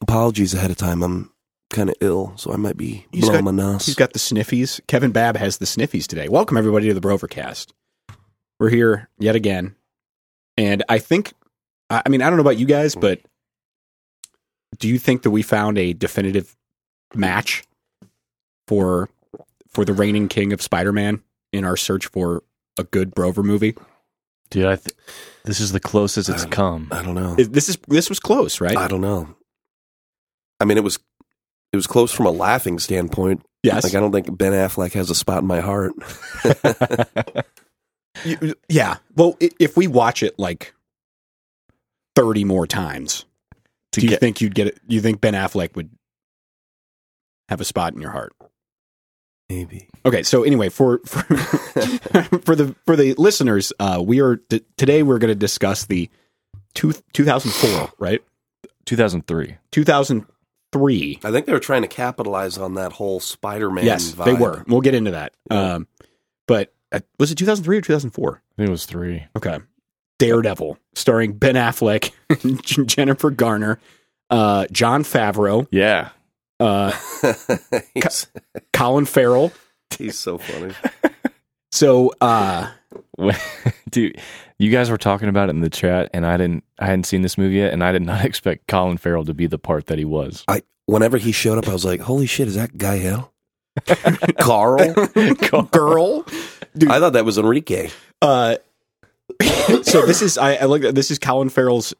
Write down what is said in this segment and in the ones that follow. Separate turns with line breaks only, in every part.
apologies ahead of time. I'm kind of ill, so I might be
He's
blowing
got-
my nose.
He's got the sniffies. Kevin Babb has the sniffies today. Welcome everybody to the Brovercast. We're here yet again, and I think, I I mean, I don't know about you guys, but do you think that we found a definitive match for for the reigning king of Spider-Man in our search for a good Brover movie?
Dude, I th- this is the closest it's
Um,
come.
I don't know.
Is- This is this was close, right?
I don't know. I mean, it was it was close from a laughing standpoint.
yes.
Like I don't think Ben Affleck has a spot in my heart.
You- yeah. Well, i- if we watch it like thirty more times,
To
do you
get-
think you'd get it? You think Ben Affleck would have a spot in your heart?
Maybe.
Okay, so anyway, for for, for the for the listeners, uh, we are t- today we're going to discuss the two, 2004, right?
2003.
2003.
I think they were trying to capitalize on that whole Spider-Man.
yes,
vibe.
they were. We'll get into that.
Yeah.
Um, but uh, was it 2003 or 2004?
I think it was three.
Okay. Daredevil, starring Ben Affleck, Jennifer Garner, uh, John Favreau,
Yeah.
uh,
he's,
Colin Farrell.
he's so funny.
So, uh,
Dude, you guys were talking about it in the chat, and I didn't. I hadn't seen this movie yet, and I did not expect Colin Farrell to be the part that he was.
I whenever he showed up, I was like, "Holy shit, is that Guy Hill? Carl?
girl.
I thought that was Enrique.
Uh, so this is I, I like that. This is Colin Farrell's.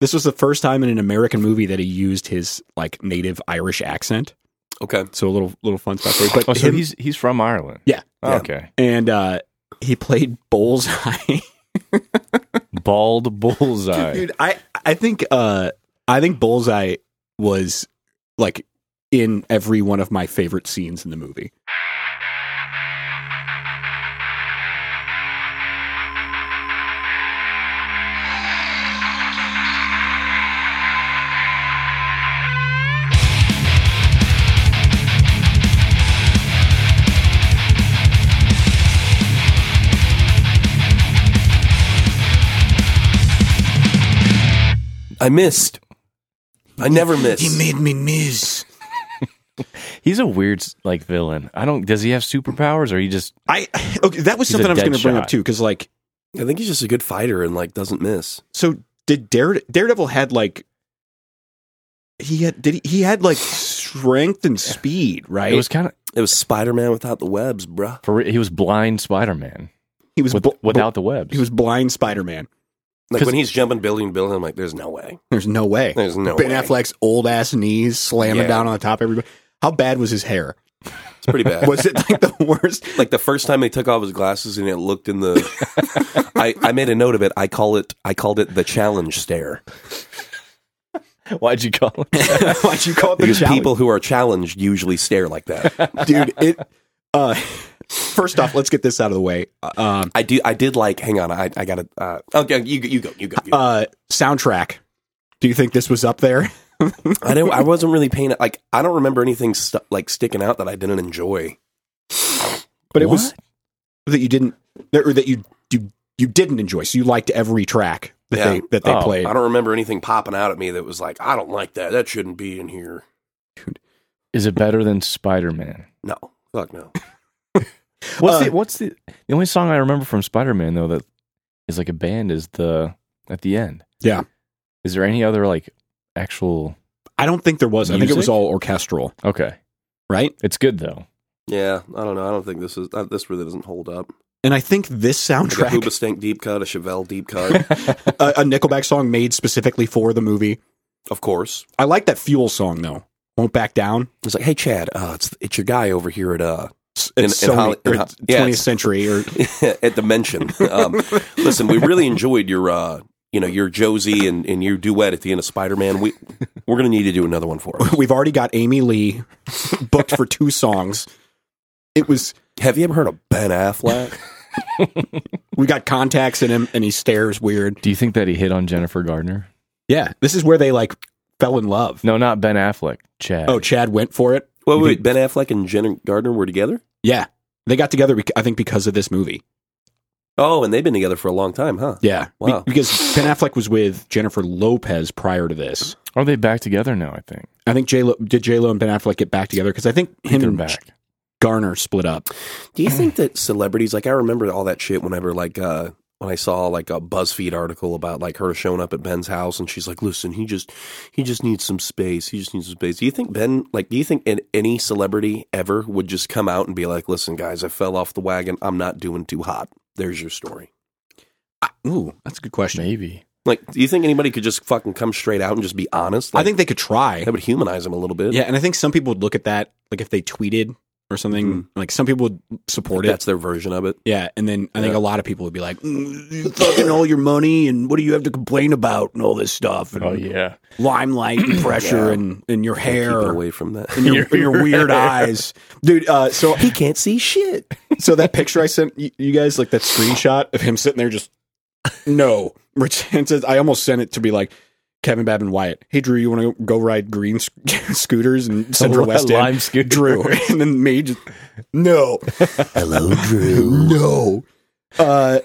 This was the first time in an American movie that he used his like native Irish accent.
Okay,
So a little little fun stuff there. But
Oh, so
him-
he's he's from Ireland.
Yeah.
Oh,
Yeah.
Okay.
and uh, he played Bullseye.
Bald bullseye.
Dude, I I think uh, I think Bullseye was like in every one of my favorite scenes in the movie.
I missed. I never missed.
made me miss.
He's a weird like villain. I don't. Does he have superpowers, or he just?
I okay. That was
He's a
something I was
dead
going to bring up
shot.
too, because like
I think he's just a good fighter and like doesn't miss.
So did Dare, Daredevil had like he had did he, he had like strength and speed, right?
It was kind of.
It was Spider-Man without the webs, bruh.
For re- he was blind Spider Man
he was bl- bl-
without the webs.
he was blind Spider Man.
Like
'Cause-
when he's jumping building, building, I'm like, "There's no way.
There's no way.
There's no
ben
way."
Affleck's old ass knees slamming
Yeah.
down on the top of everybody. How bad was his hair?
It's pretty bad."
Was it like the worst?
like the first time they took off his glasses and it looked in the I, I made a note of it i call it i called it the challenge stare
Why'd you call him?
Why'd you call it the
because
challenge?
people who are challenged usually stare like that
dude? It. Uh, first off, let's get this out of the way. Um,
i do i did like hang on i, I gotta uh, okay you, go- you go you go, you go.
uh, soundtrack. Do you think this was up there? Uh,
i don't i wasn't really paying it like i don't remember anything stu- like sticking out that i didn't enjoy
but it was that you didn't that, or that you you you didn't enjoy. So you liked every track that
Yeah.
they that they
Oh,
played.
i don't remember anything popping out at me that was like i don't like that that shouldn't be in here
Is it better than Spider Man?
no fuck no
What's
Uh,
the what's the the only song I remember from Spider Man though that is like a band is the at the end.
Yeah.
Is there any other like actual
I don't think there was. I think it was
Music?
all orchestral,
Okay.
right?
It's good though.
yeah i don't know i don't think this is uh, this really doesn't hold up
And I think this
like a
soundtrack,
Hoobastank deep cut a chevelle deep cut
a, a Nickelback song made specifically for the movie.
of course
I like that Fuel song though. Won't back down.
It's like, hey Chad, uh, it's it's your guy over here at uh
It's
In-
it's
in
Sony,
Holly- in
or
Ho-
it's
yeah,
20th
it's-
century, or
at Dimension. Um, listen, we really enjoyed your uh you know your Josie and, and your duet at the end of Spider Man. We we're gonna need to do another one for us.
we've already got Amy Lee booked for two songs. It was
Have you ever heard of Ben Affleck?
we got contacts in him, and he stares weird.
Do you think that he hit on Jennifer Gardner?
Yeah, this is where they like fell in love.
No, not Ben Affleck. Chad.
Oh, Chad went for it.
Well, wait, Ben Affleck and Jenna Gardner were together.
Yeah, they got together. bec- I think because of this movie.
Oh, and they've been together for a long time, huh?
Yeah. Be-
Wow.
because Ben Affleck was with Jennifer Lopez prior to this.
Are they back together now? I think
I think J Lo did J Lo and Ben Affleck get back together because I think him
they're
and
back.
Garner split up.
Do you think that celebrities like I remember all that shit whenever like uh when I saw like a BuzzFeed article about like her showing up at Ben's house and she's like, "Listen, he just he just needs some space. He just needs some space." Do you think Ben like do you think an, any celebrity ever would just come out and be like, "Listen, guys, I fell off the wagon. I'm not doing too hot. There's your story."
I- Ooh, that's a good question.
Maybe.
Like, do you think anybody could just fucking come straight out and just be honest? Like,
I think they could try.
that would humanize him a little bit.
Yeah, and I think some people would look at that like if they tweeted or something. Like some people would support it.
that's their version of it.
Yeah, and then I think a lot of people would be like, "Mm, "You fucking all your money, and what do you have to complain about, and all this stuff, and
Oh yeah.
limelight and pressure,
Yeah.
and and your hair,
Keep it
and
away from that.
your, and your weird eyes, dude." Uh, so
he can't see shit.
so that picture I sent you you guys, like that screenshot of him sitting there, just no. Rich Hand says, I almost sent it to be like. Kevin Babb and Wyatt. Hey Drew, you want to go ride green sc- scooters in Central West End?
Lime scooter.
Drew, and then me just no,
Hello, Drew.
no. Uh,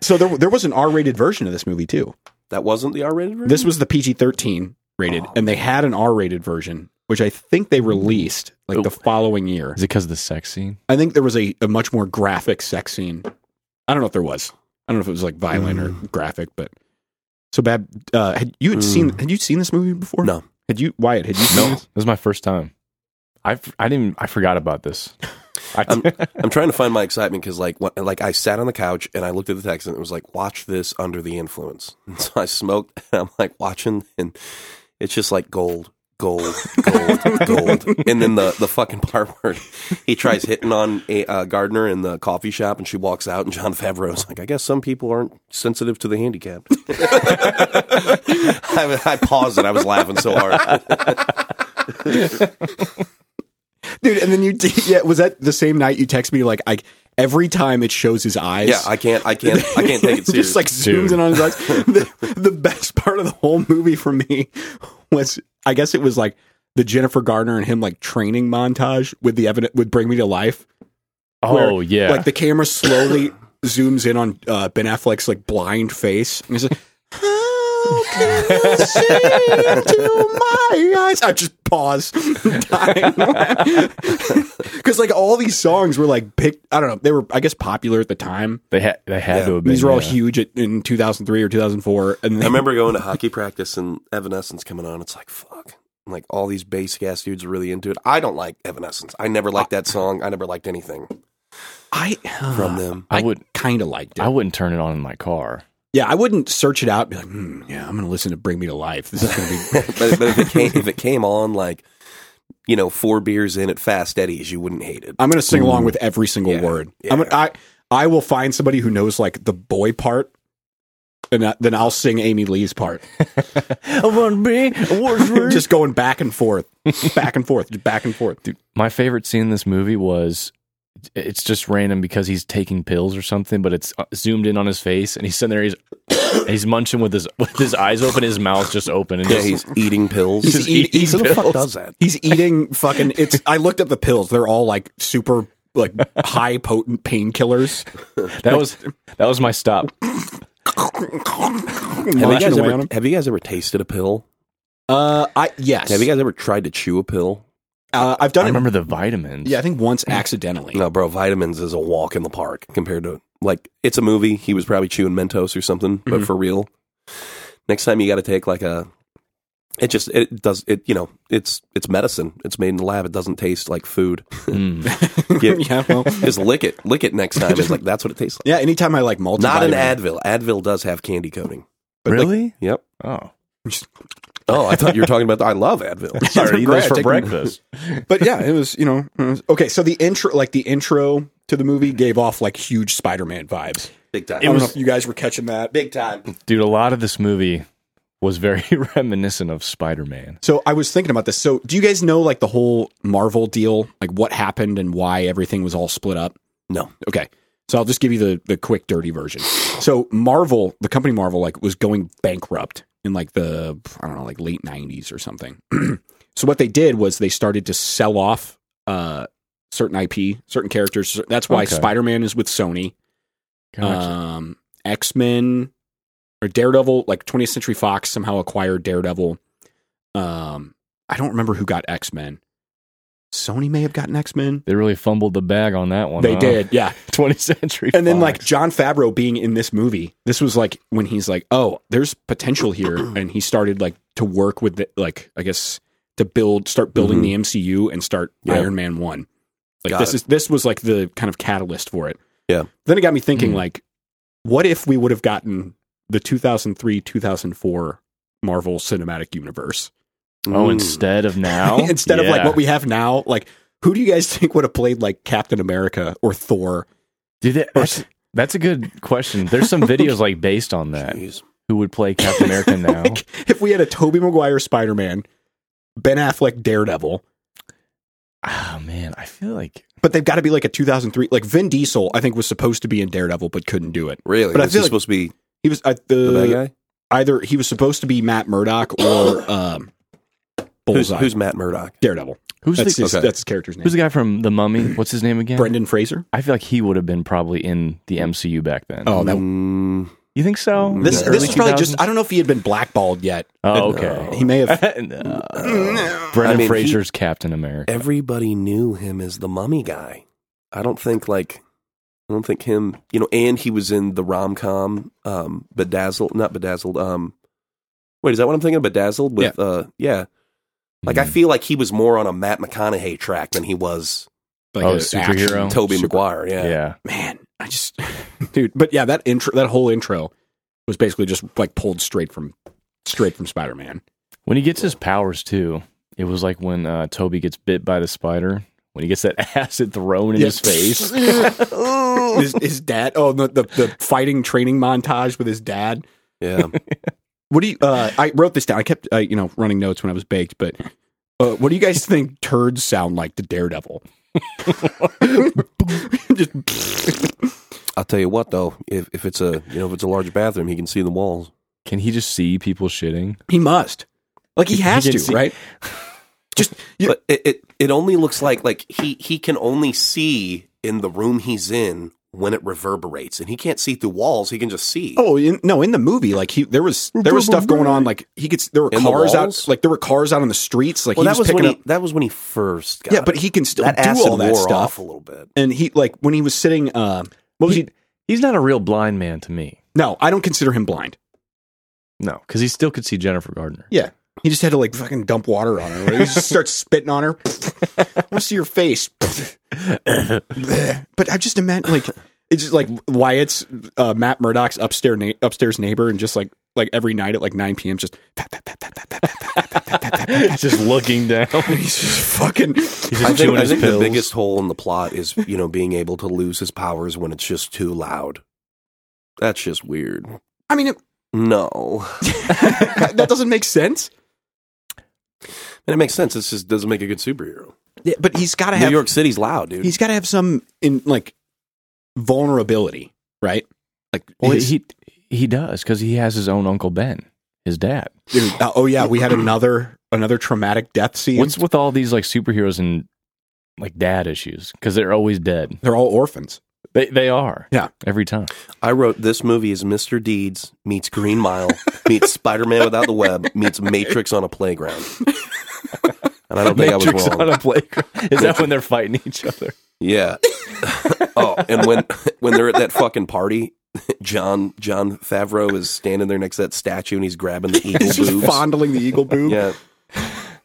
so there, there was an R-rated version of this movie too.
That wasn't the R-rated version.
This was the PG-13 rated,
Oh.
and they had an R-rated version, which I think they released like the
Oh.
following year.
Is it because of the sex scene?
I think there was a, a much more graphic sex scene. I don't know if there was. I don't know if it was like violent
Mm.
or graphic, but so bad. Uh, had you had seen? Had you seen this movie before?
Mm. No.
Had you Wyatt? Had you seen
No,
this?
this is my first time. I I didn't. I forgot about this. I,
Um, I'm trying to find my excitement because like what, like I sat on the couch and I looked at the text and it was like watch this under the influence. And so I smoked and I'm like watching and it's just like gold, gold, gold, gold. And then the the fucking part where he tries hitting on a uh, gardener in the coffee shop and she walks out and John Favreau's like I guess some people aren't sensitive to the handicapped. I, I paused and I was laughing so hard.
dude. And then you, yeah, was that the same night you text me like I every time it shows his eyes?
Yeah, I can't, I can't, I can't take it seriously.
just like zooms
Dude.
in on his eyes. the, the best part of the whole movie for me was, I guess it was like the Jennifer Garner and him like training montage with the evident would bring me to life.
oh yeah.
Like the camera slowly zooms in on uh, Ben Affleck's like blind face, and he's like. "How can I see into my eyes?" I just pause, because like all these songs were like picked. I don't know. They were, I guess, popular at the time.
they had. They had
Yeah,
to. Have been,
These were all
yeah.
huge at, in 2003 or 2004, and
I
they
remember going to hockey practice and Evanescence coming on. It's like fuck. Like all these basic ass dudes are really into it. I don't like Evanescence. I never liked that song. I never liked anything
I
from them.
I would.
kind of liked it.
I wouldn't turn it on in my car.
yeah, I wouldn't search it out. And be like, hmm, yeah, I'm gonna listen to Bring Me to Life. This is gonna
but, but if, it came, if it came on like you know four beers in at Fast Eddie's, you wouldn't hate it.
be. I'm gonna sing along with every single
Yeah,
word. I'm
yeah.
gonna, I I will find somebody who knows like the boy part, and I, then I'll sing Amy Lee's part.
I want to be
just going back and forth, back and forth, just back and forth.
my favorite scene in this movie was it's just random because he's taking pills or something, but it's uh, zoomed in on his face and he's sitting there. He's he's munching with his with his eyes open, his mouth just open, and
Yeah,
just,
he's eating pills.
He's eat-
Who
eating
the fuck
pills.
does that?
He's eating fucking. It's. I looked up the pills. They're all like super, like high potent painkillers.
that was that was my stop.
Have you,
Munching
guys
away
ever,
on 'em.
have you guys ever tasted a pill?
Uh, I yes.
Have you guys ever tried to chew a pill?
uh, I've
I
done it.
remember the vitamins.
Yeah, I think once accidentally.
No, bro. Vitamins is a walk in the park compared to like it's a movie. He was probably chewing Mentos or something, but
Mm-hmm.
for real. Next time you got to take like a. It just it does it you know it's it's medicine. It's made in the lab. It doesn't taste like food.
Mm.
Yeah.
yeah, well,
just lick it, lick it next time. It's like that's what it tastes like.
yeah. Anytime I like multivitamin,
Not an Advil. Advil does have candy coating.
like-
really?
Yep.
oh,
Oh, I thought you were talking about. The, I love Advil.
sorry, eat those
Brad,
for
take-
breakfast.
But yeah, it was you know it was- okay. So the intro, like the intro to the movie, gave off like huge Spider-Man vibes.
Big
I
time.
don't know if you guys were catching that.
Big time.
Dude, a lot of this movie was very reminiscent of Spider Man.
So I was thinking about this. So do you guys know like the whole Marvel deal, like what happened and why everything was all split up?
No.
Okay. So I'll just give you the the quick dirty version. So Marvel, the company Marvel like was going bankrupt in like the I don't know, like late 90s or something. so what they did was they started to sell off uh certain IP, certain characters. That's why
Okay.
Spider-Man is with Sony.
Gotcha.
um, X Men or Daredevil, like 20th Century Fox somehow acquired Daredevil. Um, I don't remember who got X Men. Sony may have gotten X Men.
they really fumbled the bag on that one.
They
huh?
did, yeah.
20th century.
And then like
Fox.
John Favreau being in this movie, this was like when he's like, "Oh, there's potential here," and he started like to work with the, like I guess to build, start
Mhm.
building the MCU and start
Yeah.
Iron Man one. Like
Got
this
it.
is this was like the kind of catalyst for it.
Yeah. Mm-hmm.
Then it got me thinking
Hmm.
like, what if we would have gotten the 2003 2004 Marvel Cinematic Universe
oh,
Mm.
instead of now,
Oh,
instead of like
Yeah.
what we have now? Like, who do you guys think would have played like Captain America or Thor?
Dude, that- that's, that's a good question. There's some videos like based on that.
Jeez.
Who would play Captain America now?
Like, if we had a Toby Maguire Spider Man, Ben Affleck Daredevil,
oh man, I feel like
but they've got to be like a 2003. Like Vin Diesel, I think was supposed to be in Daredevil but couldn't do it.
Really?
But I
Was
feel
he
like-
supposed to be
He was at
the bad
the
guy?
either he was supposed to be Matt Murdock or um,
Who's,
Bullseye.
who's Matt Murdock?
Daredevil?
who's
That's
the
his,
okay.
that's his character's name.
who's the guy from The Mm-hmm. Mummy? What's his name again?
Brendan Fraser.
I feel like he would have been probably in the MCU back then.
Oh, that-
Mm,
you think so?
This
Yeah.
Early
this is probably
2000s?
just I don't know if he had been blackballed yet.
Oh,
No.
okay.
He may have.
No. Brendan
I mean, he-
Fraser's Captain America.
Uh, everybody knew him as the mummy guy. I don't think like I don't think him, you know, and he was in the rom com um bedazzled not bedazzled, um wait, is that what I'm thinking? Bedazzled with uh yeah.
Mm-hmm.
Like I feel like he was more on a Matt McConaughey track than he was
Like
Oh,
an
superhero?
action-
Toby
super-
Maguire, yeah.
yeah.
Man, I just dude. But yeah, that intro, that whole intro was basically just like pulled straight from straight from Spider Man.
When he gets his powers too, it was like when uh, Toby gets bit by the spider. When he gets that acid thrown in
Yeah.
his face,
his, his dad. Oh, the, the the fighting training montage with his dad.
Yeah.
What do you? Uh, I wrote this down. I kept uh, you know running notes when I was baked. But uh, what do you guys think turds sound like to Daredevil? just,
I'll tell you what though, if if it's a you know, if it's a large bathroom, he can see the walls.
can he just see people shitting?
he must. Like he has
He
to,
can see-
right? Yeah.
But it, it it only looks like like he he can only see in the room he's in when it reverberates, and he can't see through walls. He can just see.
Oh in, no! In the movie, like he there was there was stuff going on. Like he gets there were
In the
cars out
walls?
like there were cars out on the streets. Like
well,
he
that
was,
was
picking
when
up.
he that was when he first. Got
yeah, but
it.
he can still
that
do
acid
all that
wore
stuff.
off a little bit.
And he like when he was sitting. Uh, what was he?
He- He's not a real blind man to me.
No, I don't consider him blind.
No, because he still could see Jennifer Gardner.
Yeah. He just had to like fucking dump water on her. He just starts spitting on her. I want to see your face. but I just imagine like it's just like Wyatt's uh, Matt Murdock's upstairs na- upstairs neighbor, and just like like every night at like nine p.m. just pat pat pat pat pat pat pat pat pat pat pat pat pat. pat.
just looking down.
He's just fucking.
I
He's just
think,
chewing
I
his
think the
pills.
biggest hole in the plot is you know being able to lose his powers when it's just too loud. That's just weird.
I mean, it,
No,
that doesn't make sense.
and it makes sense. This just doesn't make a good superhero.
Yeah, But he's got to
New
have
York City's loud, dude.
he's got to have some in like vulnerability, right? Like
Well,
his-
he he does because he has his own Uncle Ben, his dad.
Dude, uh, oh yeah, we had another another traumatic death scene.
What's with all these like superheroes and like dad issues? Because they're always dead.
They're all orphans.
They they are.
Yeah.
every time.
I wrote this movie is Mr. Deeds meets Green Mile meets Spider Man without the web meets Matrix on a playground. And I don't think I was
Matrix
wrong.
on a playground. Is that when they're fighting each other?
Yeah. oh, and when when they're at that fucking party, John John Favreau is standing there next to that statue and he's grabbing the eagle
He's just
boobs.
fondling the eagle boob.
Yeah.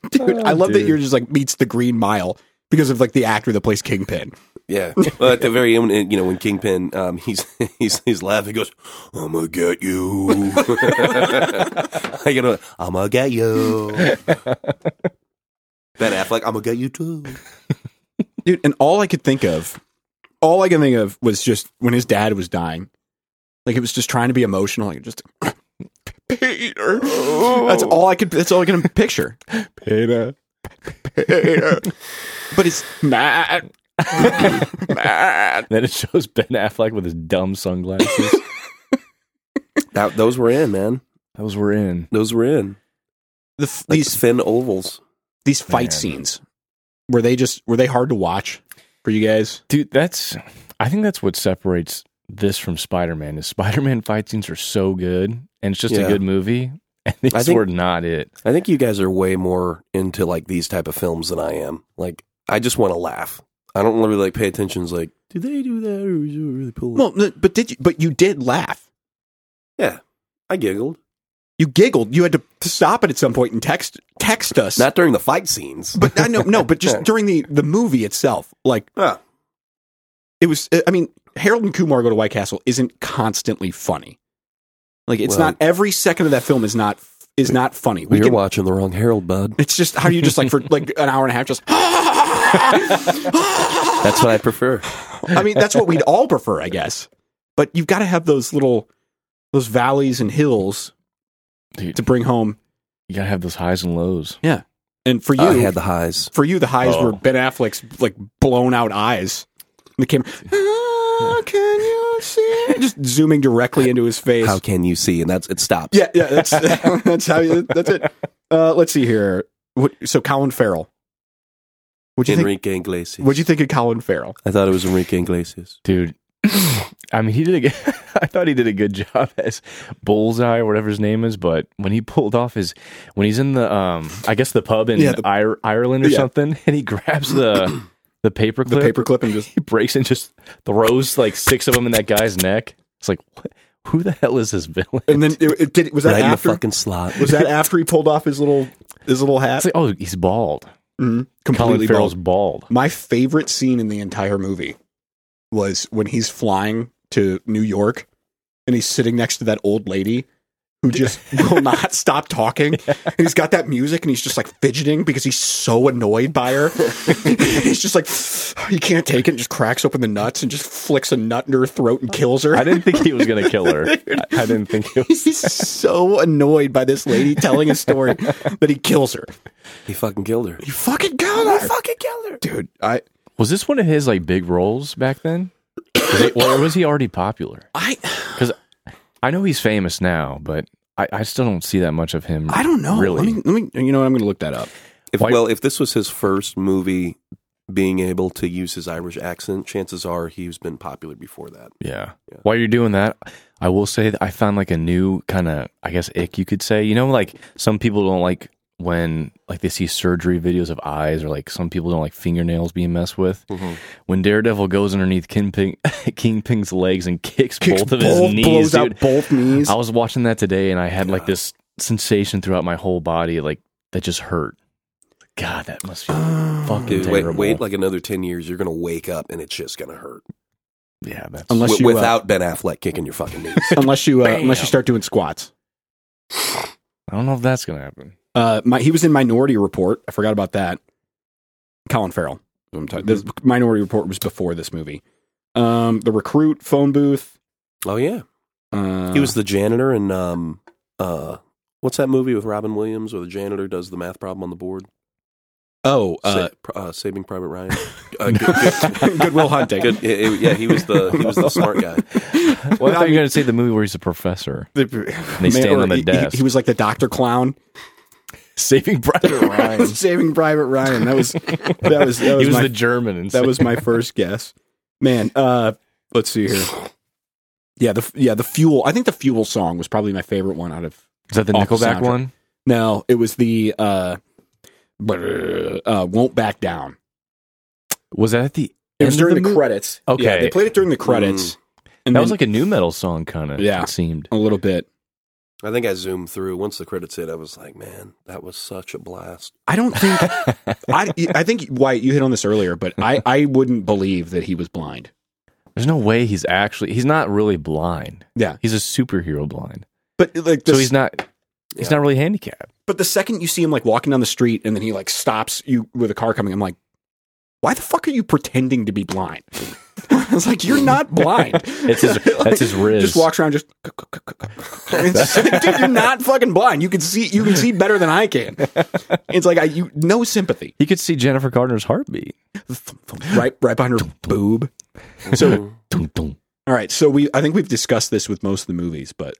Dude, I
Oh,
love that
dude.
you're just like meets the Green Mile because of like the actor that plays Kingpin.
Yeah. Well, at the very end, you know, when Kingpin, um, he's he's he's laughing. He goes, "I'm gonna get you." I get, a, "I'm gonna get you." Ben Affleck, "I'm gonna get you too."
Dude, and all I could think of, all I could think of was just when his dad was dying. Like it was just trying to be emotional, like just Peter. That's all I could. That's all I can picture.
Oh. Peter.
But it's Matt. Matt.
Then it shows Ben Affleck with his dumb sunglasses.
That, those were in, man.
Those were in.
Those were in.
The, f-
Like
these
thin ovals.
these fight
Man.
scenes were they just were they hard to watch for you guys
dude that's i think that's what separates this from Spider Man. Is Spider Man fight scenes are so good, and it's just
Yeah.
a good movie. And these
I think-
were not it.
I think you guys are way more into like these type of films than I am. Like I just want to laugh. I don't really like pay attention. It's like, do they do that or is it really cool?
Well, no, but did you? But you did laugh.
yeah, I giggled.
You giggled. You had to stop it at some point and text text us.
Not during the fight scenes.
but I know no. But just during the the movie itself, like
Ah,
it was. I mean, Harold and Kumar go to White Castle isn't constantly funny. Like it's
Well-
not every second of that film is not is not funny.
we
We
are
can,
watching the wrong Harold, bud.
it's just how do you just like for like an hour and a half just.
That's what I prefer.
I mean, that's what we'd all prefer, I guess. But you've got to have those little those valleys and hills
Dude.
to bring home.
You gotta have those highs and lows.
And for you,
I had the highs.
for you, the highs
Oh.
were Ben Affleck's like blown out eyes. And the camera, "Ah, can you see? Just zooming directly into his face.
How can you see? And that's it stops.
yeah, yeah, that's that's how you, that's it. Uh, let's see here. What, so Colin Farrell. What do you think?
Enrique Iglesias.
What do you think of Colin Farrell?
I thought it was Enrique Iglesias.
Dude. I mean, he did. A good, I thought he did a good job as Bullseye or whatever his name is. But when he pulled off his, when he's in the, um, I guess the pub in
Yeah, the-
Ir- Ireland or
Yeah.
something, and he grabs the the paperclip,
The paperclip and just
he breaks and just throws like six of them in that guy's neck. It's like, what? who the hell is this villain?
and then it, it did. Was that
Right in the
after?
fucking slot.
Was that after he pulled off his little his little hat?
It's like, oh, he's bald.
Mhm.
Colin
Completely
Farrell's
bald.
bald.
My favorite scene in the entire movie was when he's flying to New York and he's sitting next to that old lady who just will not stop talking. And he's got that music and he's just like fidgeting because he's so annoyed by her. he's just like, he can't take it and just cracks open the nuts and just flicks a nut into her throat and kills her.
I didn't think he was going to kill her. I, I didn't think he was.
He's so annoyed by this lady telling a story that he kills her.
He fucking killed her.
You fucking killed her,
fucking killed her.
dude. I
Was this one of his like big roles back then? Was it- or was he already popular?
I
I know he's famous now, but I, I still don't see that much of him.
I don't know.
Really?
Let me, let me you know what I'm going to look that up.
If,
Why-
well, if this was his first movie being able to use his Irish accent, chances are he's been popular before that.
Yeah.
Yeah.
While you're doing that, I will say that I found like a new kind of, I guess, ick you could say. You know, like some people don't like when like they see surgery videos of eyes, or like some people don't like fingernails being messed with.
Mm-hmm.
When Daredevil goes underneath Kingpin, Kingpin's legs and kicks,
Kicks
both of his knees,
blows
dude.
out both knees.
I was watching that today, and I had like
God.
this sensation throughout my whole body, like that just hurt. God, that must feel
Um, Mm,
fucking
Dude, wait,
terrible.
wait like another 10 years, you're going to wake up and it's just going to hurt.
yeah, that's
Unless
Wi-
you, uh,
without Ben Affleck kicking your fucking knees.
unless you uh, unless
Bam.
you start doing squats.
I don't know if that's gonna happen.
Uh, my, he was in Minority Report. I forgot about that. Colin Farrell. I'm talking- this- Minority Report was before this movie. Um, the Recruit, Phone Booth.
oh, yeah.
Uh,
He was the janitor in, um, uh, what's that movie with Robin Williams where the janitor does the math problem on the board?
oh uh,
Sa- pr- uh, Saving Private Ryan. Uh, good,
Goodwill Hunting.
good, good, yeah, yeah, he was the he was the smart guy.
Well, I
I
thought you
mean-
were gonna say the movie where he's a professor
The- man,
stand
or
on the
he- he-
desk.
He, was like the Doctor Clown,
saving Private Ryan.
Saving Private Ryan. That was that was that was,
he was
my
the German. And
that was my first guess. Man, uh, let's see here. Yeah, the yeah the fuel. I think the fuel song was probably my favorite one out of.
is that the
off the
Nickelback
soundtrack.
one?
No, it was the uh, brr, uh won't back down.
Was that at the
It was
end of
during the,
the, movie?
credits. Yeah,
Okay. Mm.
they played it during the credits. And
That
that
was like a new metal song, kind of.
Yeah.
it seemed.
a little bit.
I think I zoomed through once the credits hit. I was like, man, that was such a blast.
I don't think I. I think White, you hit on this earlier, but I I wouldn't believe that he was blind.
There's no way he's actually. He's not really blind.
Yeah.
he's a superhero blind.
But like, the,
So he's not. He's
Yeah.
not really handicapped.
but the second you see him like walking down the street and then he like stops you with a car coming, I'm like, why the fuck are you pretending to be blind? I was like, you're not blind.
It's his. that's his riz.
Just walks around, just. It's just like, Dude, you're not fucking blind. You can see. You can see better than I can. It's like I you no sympathy.
He could see Jennifer Gardner's heartbeat.
Right, right behind her boob.
Mm-hmm.
So-
Dun, dun.
All right, so we. I think we've discussed this with most of the movies, but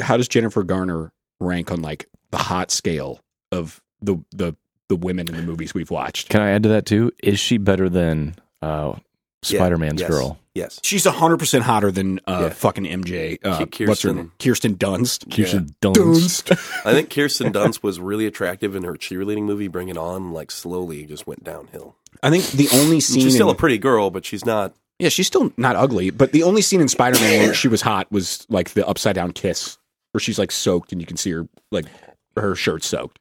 how does Jennifer Garner rank on like the hot scale of the the the women in the movies we've watched?
Can I add to that too? Is she better than uh, Spider Man's
Yes.
girl?
Yes.
She's hundred percent hotter than uh,
Yeah.
fucking MJ. Uh,
Ki-
What's her
Kirsten.
name? Kirsten Dunst.
Kirsten Dunst.
Dunst.
I think Kirsten Dunst was really attractive in her cheerleading movie, Bring It On, like slowly just went downhill.
I think the only scene.
She's still
in-
a pretty girl, but she's not.
Yeah, she's still not ugly, but the only scene in Spider Man where she was hot was like the upside down kiss, where she's like soaked and you can see her like her shirt soaked.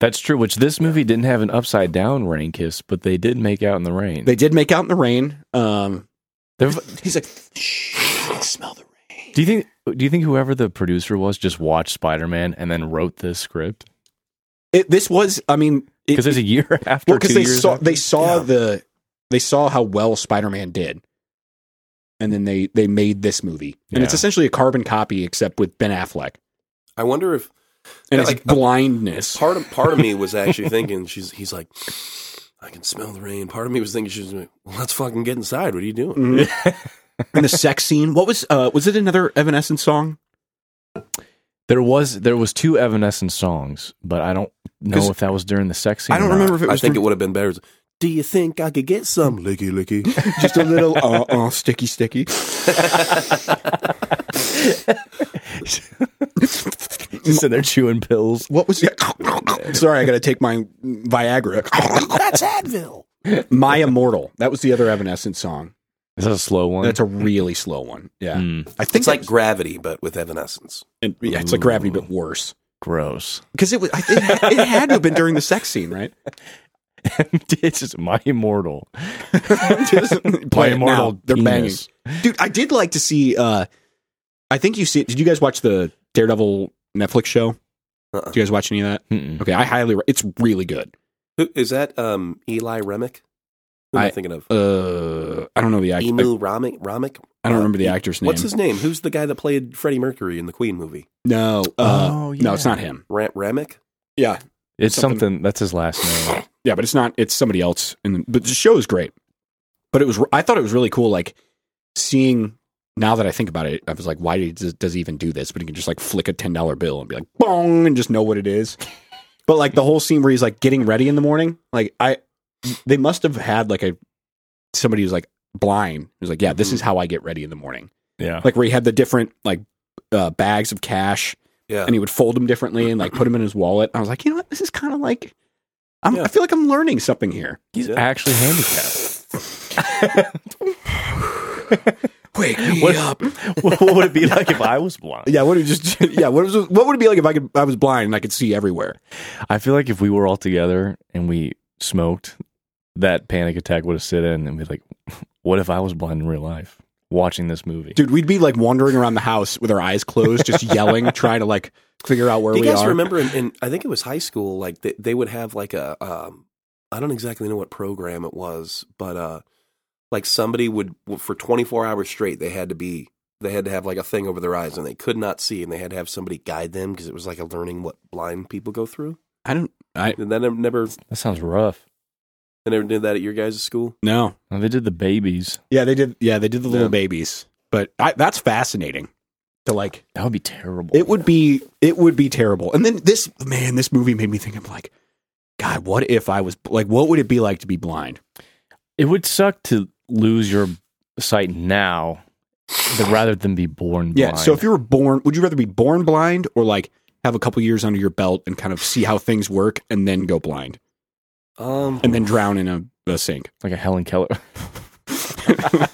That's true. Which this movie didn't have an upside down rain kiss, but they did make out in the rain.
They did make out in the rain. Um,
They're-
he's like, Shh, I smell the rain.
do you think? Do you think whoever the producer was just watched Spider Man and then wrote this script?
It, this was, I mean,
Because
it,
it's a year after.
well, 'cause
two
they
years
saw
after?
they saw
Yeah.
the they saw how well Spider Man did, and then they they made this movie, and it's
Yeah.
essentially a carbon copy except with Ben Affleck,
I wonder if
and
Yeah,
it's
like, uh,
blindness.
part of part of me was actually thinking she's. He's like, I can smell the rain. Part of me was thinking she's. Like, well, let's fucking get inside. What are you doing?
Mhm. and the sex scene. What was uh was it another Evanescence song?
There was there was two Evanescent songs, but I don't
'Cause-
know if that was during the sex scene.
I don't
or not.
remember if it
I
was
think it would have been better. Do you think I could get some licky Mm-hmm. licky?
just a little uh uh sticky sticky.
Just sitting there chewing pills.
What was Sorry, I got to take my Viagra.
That's Advil.
my Immortal. That was the other Evanescence song.
Is that a slow one?
That's a really slow one. Yeah.
Mm,
I think
It's like
that-
gravity, but with evanescence.
and- yeah, it's like gravity but worse.
gross.
Cuz it was I think it had to have been during the sex scene, right?
it's just my immortal.
Play it now. They're banging. Dude, I did like to see uh I think you see did you guys watch the Daredevil Netflix show?
Uh-uh.
Do you guys watch any of that?
banging.
Okay, I highly. Re- it's really good.
Who, is that um, Eli Remick? Who am I,
I-
thinking of?
Uh, I don't know the actor. I,
Emu Ramic? Ramic?
I don't remember the actor's name.
What's his name? Who's the guy that played Freddie Mercury in the Queen movie?
No, uh,
oh yeah.
no, it's not him.
Ra- Ramic?
Yeah,
It's
Something-
something. That's his last name.
yeah, but it's not. It's somebody else. And but the show is great. But it was. I thought it was really cool. Like seeing. Now that I think about it, I was like, why does, does he even do this? But he can just like flick a ten dollar bill and be like, bong, and just know what it is. But like the whole scene where he's like getting ready in the morning, like I, they must have had like a somebody who's like blind who's like, yeah, this is how I get ready in the morning.
Yeah.
like where he had the different like uh, bags of cash
Yeah.
and he would fold them differently and like put them in his wallet. I was like, you know what? This is kind of like, I'm,
Yeah.
I feel like I'm learning something here.
He's
Yeah.
actually handicapped.
Wake me
What- what would it be like if I was blind?
Yeah, what would it just yeah, what was what would it be like if I could I was blind and I could see everywhere?
I feel like if we were all together and we smoked, that panic attack would have set in and be like, what if I was blind in real life watching this movie?
Dude, we'd be like wandering around the house with our eyes closed, just yelling, trying to like figure out where
Do you
we
guys
are.
remember? In, in I think it was high school. Like they, they would have like a um, I don't exactly know what program it was, but uh, like somebody would for 24 hours straight they had to be they had to have like a thing over their eyes and they could not see and they had to have somebody guide them because it was like a learning what blind people go through.
I don't I
And then I never
That sounds rough.
they never did that at your guys' school.
no.
Now, they did the babies.
Yeah, they did yeah, they did the little
Yeah.
babies. But I, that's fascinating to like
That would be terrible.
It would be it would be terrible. And then this man, this movie made me think. I'm like, God, what if I was like, what would it be like to be blind?
It would suck to lose your sight now th- rather than be born blind.
Yeah. So if you were born, would you rather be born blind or like have a couple years under your belt and kind of see how things work and then go blind
Um,
and then drown in a, a sink?
like a Helen Keller.
some-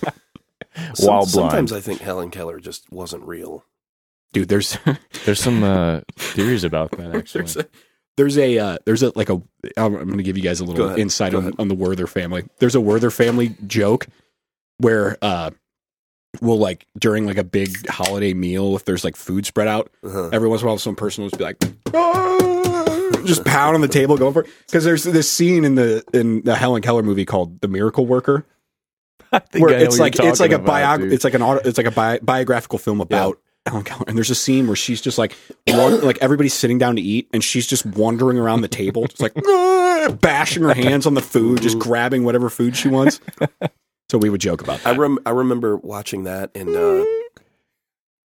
While blind.
sometimes I think Helen Keller just wasn't real.
Dude, there's
There's some uh, theories about that, actually.
there's a, there's a uh, there's a like a I'm going to give you guys a
Go
little
ahead.
insight
Go
on,
ahead.
on the Werther family. There's a Werther family joke where uh we'll like during like a big holiday meal if there's like food spread out
Uh-huh.
every once in a while some person will just be like "Ah!" just pound on the table going for it because there's this scene in the in the helen keller movie called the miracle worker
I think
where
I know
it's
what
like
you're
it's like a
talking
bio
about, dude.
it's like an auto, it's like a bi- biographical film about Helen Keller, and there's a scene where she's just like wan- like everybody's sitting down to eat, and she's just wandering around the table, just like "Ah," bashing her hands on the food, just grabbing whatever food she wants. So we would joke about
I
that.
rem- I remember watching that and uh,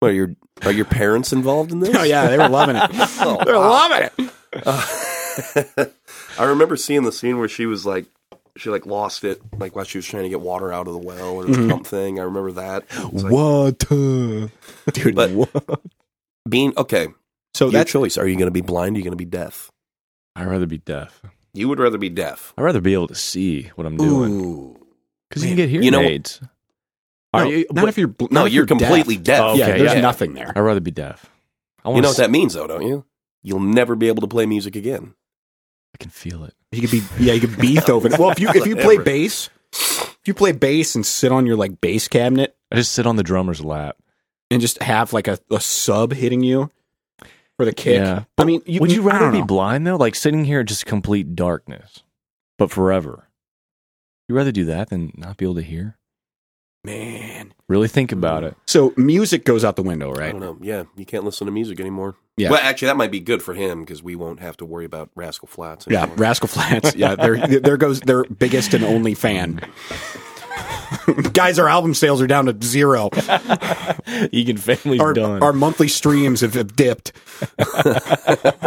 are your are your parents involved in this?
Oh yeah, they were loving it. They
Oh,
were
wow.
loving it.
Uh, I remember seeing the scene where she was like she like lost it like while she was trying to get water out of the well or
Mm-hmm.
something. I remember that. It's like,
Water. Dude,
But-
what?
Being okay,
So
your
that's
choice. Are you going to be blind? Are you going to be deaf?
I'd rather be deaf.
You would rather be deaf.
I'd rather be able to see what I'm doing
Ooh.
because you
Man,
can get hearing
you know-
aids.
no,
Are you-
not
but-
if you're bl-
No,
not if
you're, completely
deaf.
deaf.
Oh,
yeah,
okay,
there's
yeah.
nothing there.
I'd rather be deaf. I
You
want
know
to.
what that means, though, don't you? You'll never be able to play music again.
I can feel it.
You could be yeah, you could Beethoven. Well, if you if you play
Whatever.
bass, if you play bass and sit on your like bass cabinet
I just sit on the drummer's lap.
and just have like a, a sub hitting you for the kick.
Yeah.
I mean, you,
Would you
I
rather
don't
be
know.
blind though? Like sitting here in just complete darkness, but forever. You'd rather do that than not be able to hear?
man?
Really think about it.
So music goes out the window,
I
right?
don't know. Yeah, you can't listen to music anymore.
Yeah.
Well, actually, that might be good for him because we won't have to worry about Rascal Flats.
Yeah,
anymore.
Rascal Flats. Yeah, there there goes their biggest and only fan. Guys, our album sales are down to zero.
Egan family's
Our, our monthly streams have, have dipped.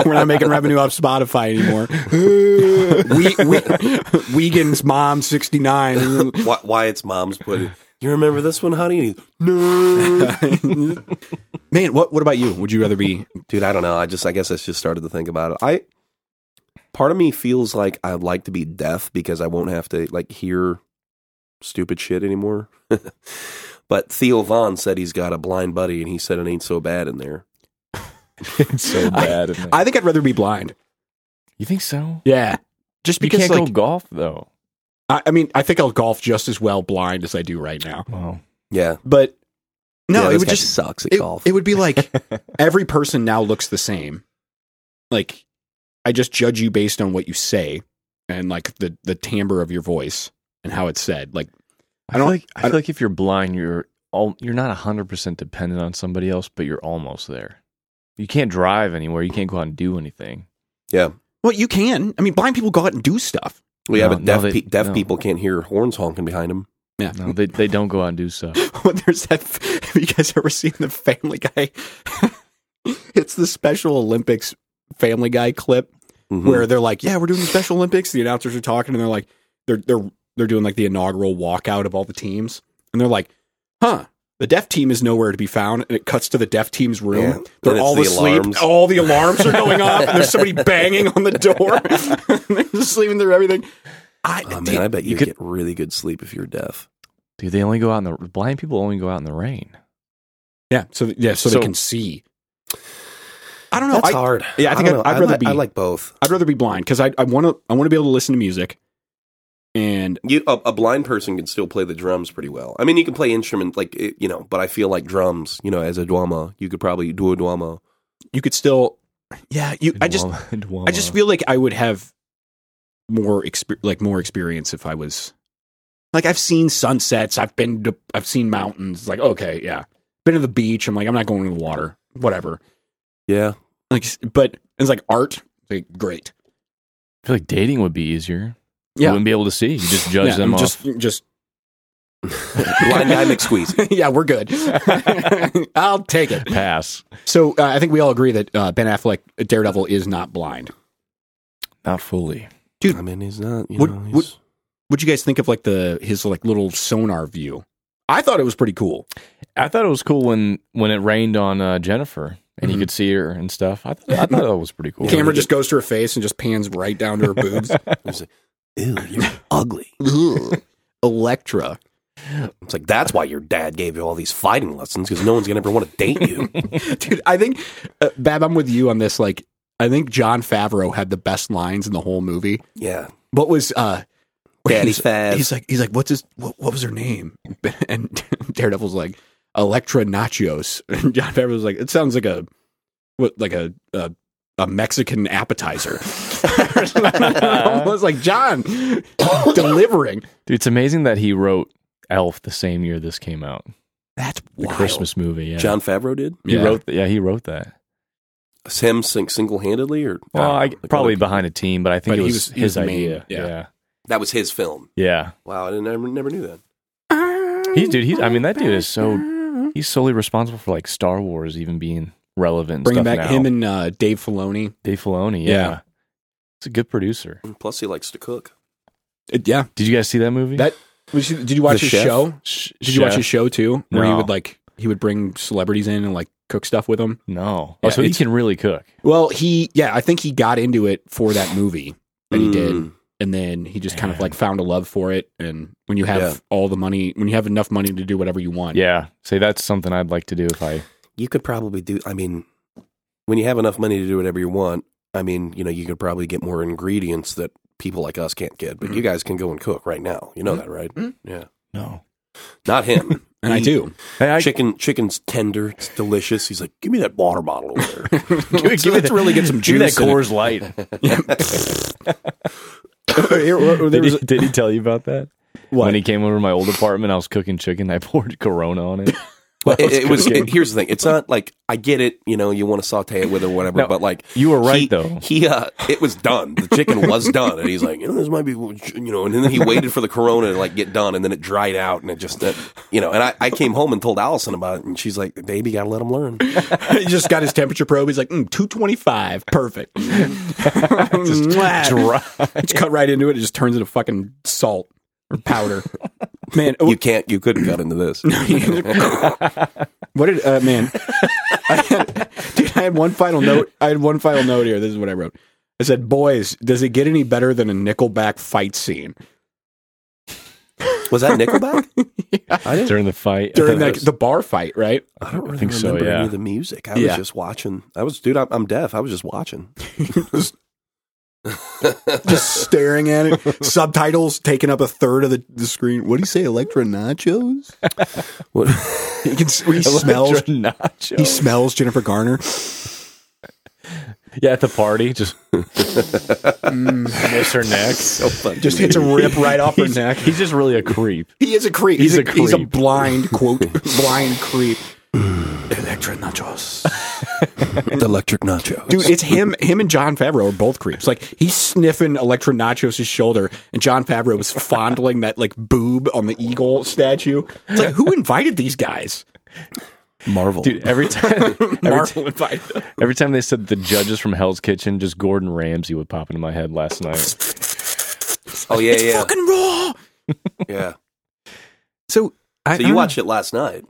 We're not making revenue off Spotify anymore. we, we, Wiegand's mom, 69.
Why, why it's mom's put it. You remember this one, honey? No,
Man, what, what about you? Would you rather be?
dude. I don't know. I just, I guess I just started to think about it. I part of me feels like I'd like to be deaf because I won't have to like hear stupid shit anymore. but Theo Vaughn said he's got a blind buddy, and he said it ain't so bad in there.
it's so bad. isn't it?
I think I'd rather be blind.
you think so?
Yeah. Just
You
because,
can't
like,
go golf though.
I, I mean, I think I'll golf just as well blind as I do right now.
Wow.
Yeah,
But no,
Yeah,
it
this
would
guy
just
sucks at
it,
golf.
it would be like every person now looks the same. Like I just judge you based on what you say and like the the timbre of your voice and how it's said. Like
I,
I don't-
feel like
I
I feel
don't-
like if you're blind, you're all you're not hundred percent dependent on somebody else, but you're almost there. You can't drive anywhere. You can't go out and do anything.
well, you can. I mean, blind people go out and do stuff.
we have
No,
a deaf.
no, they-
pe- deaf
no.
people can't hear horns honking behind them.
Yeah.
No, they they don't go out and do stuff.
when there's that have you guys ever seen the family guy it's the special olympics family guy clip
Mhm.
where they're like yeah we're doing the special olympics the announcers are talking and they're like they're they're they're doing like the inaugural walkout of all the teams and they're like huh the deaf team is nowhere to be found, and it cuts to the deaf team's room.
Yeah. And
They're
it's
all
the
asleep.
alarms.
All the alarms are going off, and there's somebody banging on the door. they're just sleeping through everything. I,
Oh,
dude,
man, I bet you,
could-
get really good sleep if you're deaf.
Dude, they only go out in the blind people only go out in the rain.
yeah, so yeah, so,
So-
they can see. I don't know. I,
hard.
Yeah, I think
don't
I'd-
know.
I'd rather
like,
be-
I like both.
I'd rather be blind because I I want to I want to be able to listen to music, and
You, a, a blind person can still play the drums pretty well. I mean, you can play instrument like it- you know, but I feel like drums. You know, as a duomo, you could probably do a duomo.
you could still, yeah. You I just I just feel like I would have more exper- like more experience if I was like I've seen sunsets, I've been to, I've seen mountains. Like okay, yeah, been to the beach. I'm like I'm not going to the water, whatever.
Yeah,
Like, s- but it's like art, like great.
I feel like dating would be easier. You
Yeah.
wouldn't be able to see. You just judge
yeah, I'm
them off.
just just
blind guy McSqueeze.
yeah, we're good. I'll take it.
Pass.
So uh, I think we all agree that uh, Ben Affleck Daredevil is not blind.
Not fully.
I mean, he's not. You
Would-
know, he's,
would- What'd you guys think of like the his like little sonar view? I thought it was pretty cool.
I thought it was cool when when it rained on uh, Jennifer and you could see her and stuff. I, th- I thought that was pretty cool.
The Mm-hmm. Camera just goes to her face and just pans right down to her boobs.
he's like, Ew, you're ugly.
Ugh. Electra.
It's like that's why your dad gave you all these fighting lessons because no one's gonna ever want to date you.
Dude, I think uh, Bab, I'm with you on this. Like, I think John Favreau had the best lines in the whole movie.
yeah,
What was uh where
Daddy
he's-
Fab.
He's like he's like, what's his what, what was her name? And Daredevil's like, Electra Nachos. And John Favreau's like, it sounds like a what like a a, a Mexican appetizer. I was like, John delivering.
Dude, it's amazing that he wrote Elf the same year this came out.
That's
The
wild.
Christmas movie. Yeah.
John Favreau did
he
Yeah.
wrote. th- yeah, he wrote that.
him sing- single-handedly, or
Well, Oh, I,
Like, what
probably
a-
behind a team, but I think
But
it
he
was,
was- he was
his
the main-
idea.
yeah.
yeah.
that was his film.
Yeah.
Wow, I didn't, never, never knew that.
He's dude. He's. I mean, that dude is so. He's solely responsible for like Star Wars even being relevant. and
bringing
stuff
back
now.
him and uh, Dave Filoni.
Dave Filoni.
Yeah.
Yeah. He's a good producer.
Plus, he likes to cook.
It- yeah.
Did you guys see that movie?
That was, did you watch
The
his
chef?
show?
Sh-
Did you watch
chef?
his show too? Where he
No.
would like he would bring celebrities in and like cook stuff with them.
No.
Yeah,
oh, so he
it's-
can really cook.
Well, he yeah, I think he got into it for that movie that he did,
Mm.
and then he just kind of
Man.
like found a love for it. And when you have
Yeah.
all the money, when you have enough money to do whatever you want,
Yeah. Say that's something I'd like to do if I.
You could probably do. I mean, when you have enough money to do whatever you want, I mean, you know, you could probably get more ingredients that people like us can't get.
Mm-hmm.
But you guys can go and cook right now. You know that, right?
Mhm.
Yeah.
No.
Not him.
and I
He-
do.
Hey, I,
Chicken, chicken's tender. It's delicious. He's like, give me that water bottle over there.
So
me- give me
let's
the-
really get some
give me that
juice. in it.
Coors Light.
Here, where- where there
did,
was
he, did he tell you about that?
What?
When he came over to my old apartment, I was cooking chicken. I poured Corona on it.
it, it was.
cooking.
It, here's the thing. It's not like I get it. You know, you want to saute it with or whatever.
No,
but like,
you were right,
he-
though.
He, uh, it was done. The chicken was done, and he's like, you know, this might be, you know. And then he waited for the Corona to like get done, and then it dried out, and it just, uh, you know. And I, I came home and told Allison about it, and she's like, baby, gotta let him learn.
he just got his temperature probe. He's like, mm, 225. Perfect. Mwah. Just cut right into it. It just turns into fucking salt or powder. Man, oh,
You can't. You couldn't cut into this.
what did uh, man? I had, dude, I had one final note. I had one final note here. This is what I wrote. I said, "Boys, does it get any better than a Nickelback fight scene
Was that Nickelback? I didn't.
During the fight.
during like the bar fight?" Right?
I don't really
think so,
remember any
yeah.
of the music. I
Yeah.
was just watching. I was, dude. I'm, I'm deaf. I was just watching.
Just staring at it. Subtitles taking up a third of the, the screen. What do you say, Electra Nachos?
What?
He can. s- He
Electra
smells.
nachos.
He smells Jennifer Garner.
yeah, at the party, just miss her neck.
so funny.
Just hits a rip right off her
Mm. He's,
neck.
he's just really a creep.
He is a creep.
He's
He's,
a
a, he's a
creep.
blind quote blind creep. Electra nachos,
electric nachos.
dude. It's him. Him and John Favreau are both creeps. Like he's sniffing Electra nachos' shoulder, and John Favreau was fondling that like boob on the eagle statue. It's like who invited these guys?
Marvel.
Dude, every time every, ti-
Marvel invited. Them.
every time they said the judges from Hell's Kitchen, just Gordon Ramsay would pop into my head last night.
oh yeah,
It's
yeah,
fucking raw.
yeah.
So, I,
So you watched it last night.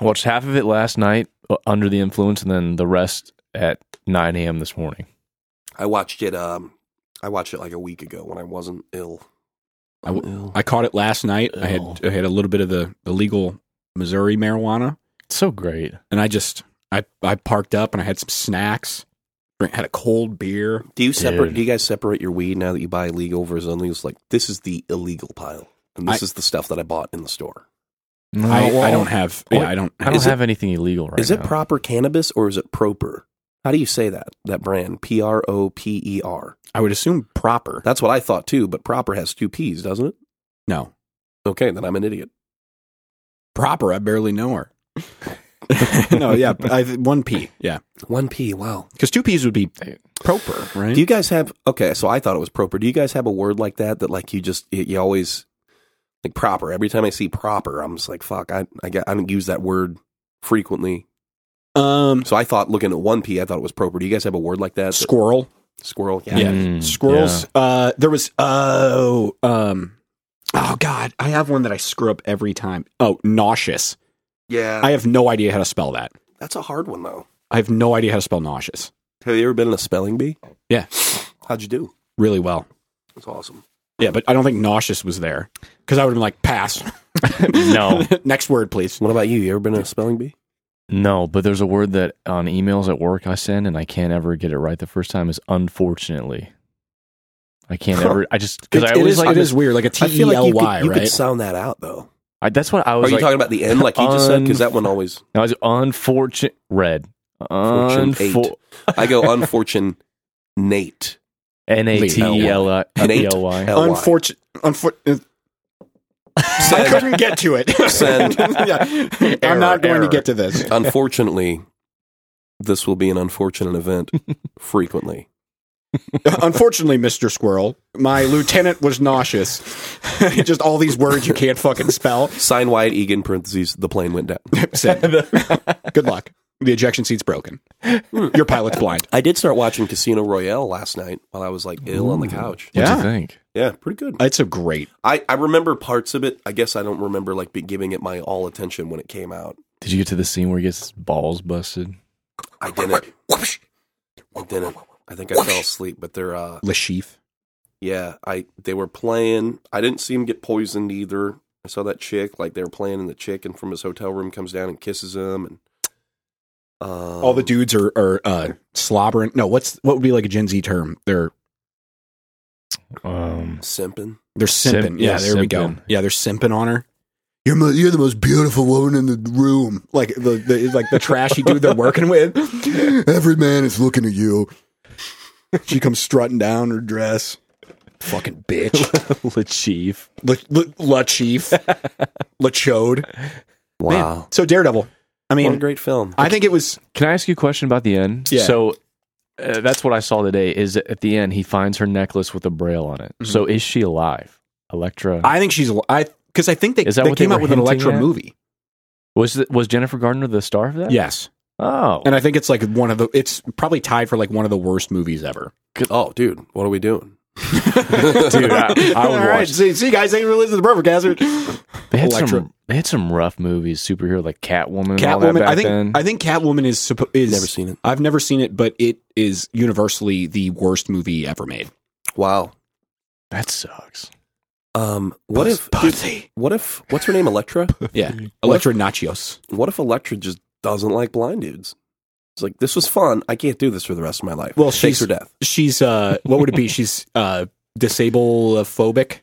Watched half of it last night uh, under the influence, and then the rest at 9 a.m. this morning.
I watched it. Um, I watched it like a week ago when I wasn't ill.
I w-
ill.
I caught it last night. I
Oh.
had I had a little bit of the the legal Missouri marijuana.
It's so great.
and I just I I parked up and I had some snacks, drank, had a cold beer.
do you separate?
Dude.
Do you guys separate your weed now that you buy legal versus illegal? It's like this is the illegal pile, and this
I-
is the stuff that I bought in the store.
No,
I,
Uh, well,
I don't have
oh,
yeah I don't
I don't
is it-
have anything illegal right
is it
now.
proper cannabis or is it proper? How do you say that? That brand P R O P E R.
I would assume proper.
That's what I thought too. But proper has two P's, doesn't it?
No
Okay, then I'm an idiot.
proper. I barely know her. no, yeah, I, one P, yeah,
One P. Wow.
because two P's would be proper, right?
Do you guys have okay? So I thought it was proper. Do you guys have a word like that that like you just you, you always like proper? Every time I see proper, I'm just like fuck. I I, got, I don't use that word frequently.
um,
So I thought looking at one p, I thought it was proper. Do you guys have a word like that?
squirrel,
Squirrel.
yeah,
Mm,
squirrels. Uh, there was oh, um, oh god, I have one that I screw up every time. Oh, nauseous.
Yeah.
I have no idea how to spell that.
That's a hard one though.
I have no idea how to spell nauseous.
Have you ever been in a spelling bee?
Yeah.
How'd you do?
Really well.
It's awesome.
Yeah, but I don't think nauseous was there because I would have been like, pass.
No,
Next word, please.
What about you? You ever been in a spelling bee?
no, but there's a word that on emails at work I send, and I can't ever get it right the first time. Is unfortunately, I can't ever. I just because I
It- it
always
is,
like
it
this-
is weird, like a T
I feel
E
like
L
you,
Y,
could, you
right?
could sound that out though.
I, that's what I
Are
was
you
like.
talking about the end like you just said? Because that one always
No, it's unfortunate red.
Fortune eight.
Unfor-
I go unfortunate Nate.
N a t l i
An eight.
e l y.
L Y.
Unfortunate. Unfortunate. uh, I
Send.
couldn't get to it.
Send.
Yeah. I'm not going
Error,
to get to this.
Unfortunately, this will be an unfortunate event frequently.
Unfortunately, Mr. Squirrel, my lieutenant was nauseous. Just all these words you can't fucking spell.
Sign wide Egan parentheses the plane went down.
Send. Good luck. The ejection seat's broken. Your pilot's blind.
I did start watching Casino Royale last night while I was like ill on the couch.
What'd
Yeah.
you think?
Yeah, pretty good.
It's a great.
I, I remember parts of it. I guess I don't remember like be giving it my all attention when it came out.
Did you get to the scene where he gets his balls busted?
I didn't. I didn't. I think I fell asleep, but they're uh
Lashif.
yeah, I they were playing. I didn't see him get poisoned either. I saw that chick like they were playing and the chick and from his hotel room comes down and kisses him and um,
All the dudes are are uh, slobbering. No, what's what would be like a Gen Z term? They're
Um,
simping.
they're simping.
Simp-
yeah,
yeah,
there we go.
simping.
Yeah, they're simping on her. You're mo- you're the most beautiful woman in the room. Like the, the like the trashy dude they're working with. Every man is looking at you. She comes strutting down her dress. Fucking bitch.
Lachief.
La, la, la chief. La chode. Man,
Wow,
so Daredevil. I
what a
mean,
great film.
I think it was
Can I ask you a question about the end?
Yeah.
So uh, that's what I saw today. Is at the end he finds her necklace with a braille on it.
Mhm.
So is she alive, Electra?
I think she's al- I because I think they
Is that
they
what they
came out
were
with an
hinting
Electra
at?
movie.
was th- was Jennifer Gardner the star of that?
Yes,
Oh,
and I think it's like one of the it's probably tied for like one of the worst movies ever.
oh, dude, what are we doing?
dude, I, I would
All right,
watch.
see, see you guys, thanks for listening to the Brovercast.
They had
Electra.
some. They had some rough movies, superhero like Catwoman. and all that
Catwoman.
back
I think
Then.
I think Catwoman is suppo- is
Never seen it.
I've never seen it, but it is universally the worst movie ever made.
Wow.
that sucks.
Um, what if? dude,
Pussy.
what if? What's her name? Electra.
yeah, Electra Nachios.
What if Electra just doesn't like blind dudes? It's like this was fun. I can't do this for the rest of my life.
Well,
shakes
she's-
her death.
She's uh, what would it be? She's uh, disablephobic.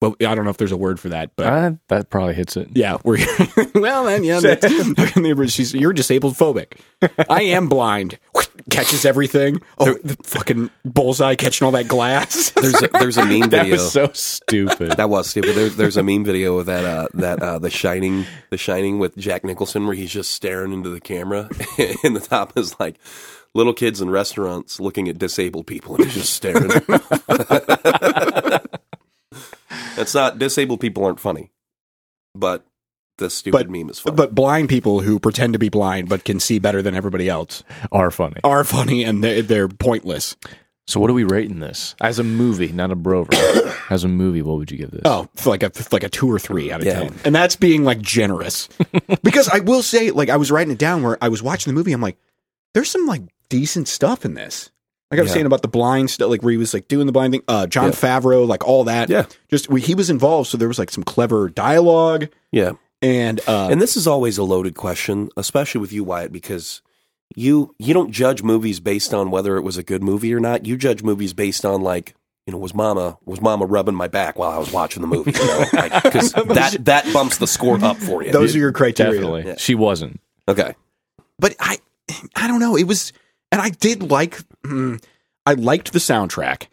Well, I don't know if there's a word for that, but
Uh, that probably hits it.
Yeah, we're well then. Yeah, that's, okay, neighbor, she's you're disabled phobic. I am blind. Catches everything. Oh, the fucking bullseye catching all that glass.
There's a, there's a meme
That
video.
was so stupid.
That was stupid. There, there's a meme video of that uh, that uh, the Shining, the Shining with Jack Nicholson, where he's just staring into the camera, and the top is like little kids in restaurants looking at disabled people, and he's just staring. That's not disabled people aren't funny, but the stupid
But-
meme is funny.
but blind people who pretend to be blind but can see better than everybody else
Are funny.
are funny and they're, they're pointless.
So what are we rating this as a movie, not a brover? as a movie, what would you give this?
Oh, it's like a like a two or three out of
Yeah.
ten, and that's being like generous. because I will say, like I was writing it down where I was watching the movie. I'm like, there's some like decent stuff in this. Like I was
Yeah.
saying about the blind stuff, like where he was like doing the blind thing. Uh, John Favreau, like all that.
Yeah.
just we, he was involved, so there was like some clever dialogue
yeah,
and uh,
and this is always a loaded question, especially with you, Wyatt, because you you don't judge movies based on whether it was a good movie or not. You judge movies based on like you know was mama was mama rubbing my back while I was watching the movie, you know, because that that bumps the score up for you.
those are your criteria.
definitely.
Yeah.
She wasn't.
okay,
But I, I don't know. It was, and I did like. mm, I liked the soundtrack,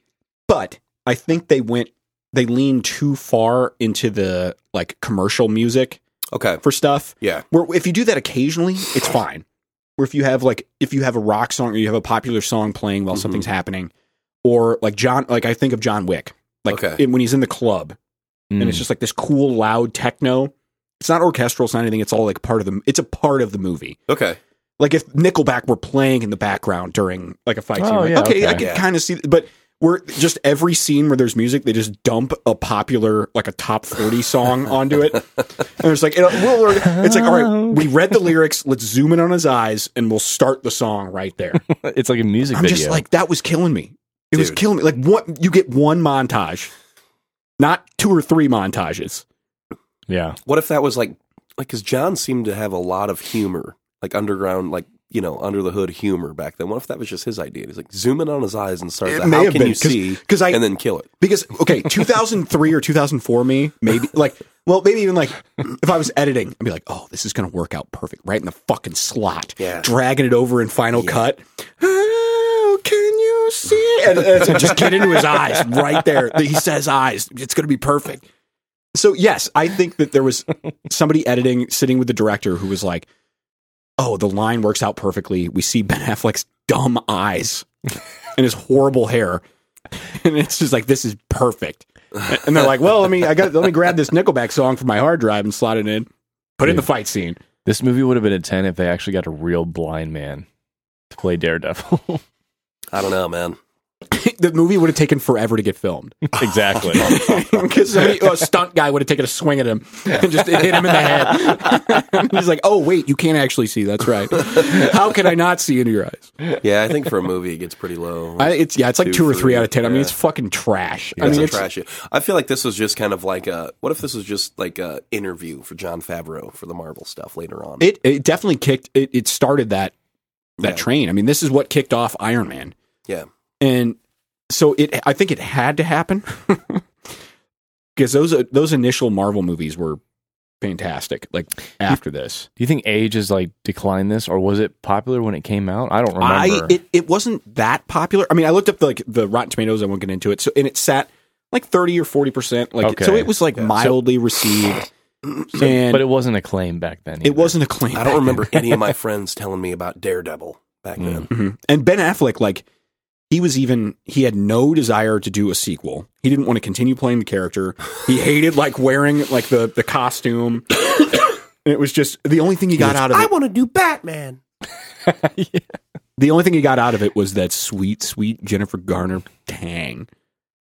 but I think they went. They leaned too far into the like commercial music
okay,
for stuff.
yeah,
Where if you do that occasionally, it's fine. Where if you have like if you have a rock song or you have a popular song playing while
Mhm.
something's happening, or like John, like I think of John Wick, like
Okay. Mm.
in- when he's in the club
Mm.
and it's just like this cool loud techno. It's not orchestral, it's not anything. It's all like part of the. It's a part of the movie.
okay,
Like if Nickelback were playing in the background during like a fight scene,
Oh,
like,
yeah,
okay,
okay.
I can
Yeah.
kind of see. But we're just every scene where there's music, they just dump a popular like a top forty song onto it, and it's like it, we'll, it's like all right, we read the lyrics, let's zoom in on his eyes, and we'll start the song right there.
Mm. it's like a music
I'm
video.
just like that was killing me. It was
Dude.
killing me. Like what you get one montage, not two or three montages.
yeah.
what if that was like like because John seemed to have a lot of humor, like underground, like. You know, under the hood humor back then. What if that was just his idea? He's like zoom in on his eyes and start.
It
the,
may
How
have
can
been,
you
'cause-
see?
'cause I-
and then kill it.
Because okay, 2003 or 2004 me, maybe like well, maybe even like if I was editing, I'd be like, "Oh, this is going to work out perfect right in the fucking slot."
Yeah.
Dragging it over in final
Yeah.
cut. How can you see? And, and so just get into his eyes right there. He says eyes. It's going to be perfect. So, yes, I think that there was somebody editing sitting with the director who was like, "Oh, the line works out perfectly. We see Ben Affleck's dumb eyes and his horrible hair." and it's just like this is perfect. And they're like, well, let me I got let me grab this Nickelback song from my hard drive and slot it in, put it in the fight scene.
This movie would have been a 10 if they actually got a real blind man to play Daredevil.
I don't know, man.
the movie would have taken forever to get filmed
exactly.
because a stunt guy would have taken a swing at him and just hit him in the head. He's like, "Oh wait, you can't actually see. That's right. How can I not see into your eyes?"
Yeah, I think for a movie it gets pretty low.
I, it's yeah, it's like
Two,
two, or three
three,
out of ten. I mean,
yeah.
it's fucking trash. I
I
mean,
mean,
it's,
trash it. I feel like this was just kind of like a. What if this was just like a interview for John Favreau for the Marvel stuff later on?
it it definitely kicked. It, it started that that
Yeah.
train. I mean, this is what kicked off Iron Man.
Yeah.
and so it. I think it had to happen because those uh, those initial Marvel movies were fantastic. Like after this,
Do you think age has like declined this, or was it popular when it came out? I don't remember.
I it, it wasn't that popular. I mean, I looked up the, like the Rotten Tomatoes. I won't get into it. So and it sat like thirty or forty percent. Like
Okay.
so, it was like mildly received, and
but it wasn't acclaimed back then.
it
either.
wasn't a claim.
I don't remember any of my friends telling me about Daredevil back then.
Mhm. And Ben Affleck, like, he was even, he had no desire to do a sequel. He didn't want to continue playing the character. He hated, like, wearing, like, the, the costume. and it was just, the only thing he got out of it,
want to do Batman.
the only thing he got out of it was that sweet, sweet Jennifer Garner tang.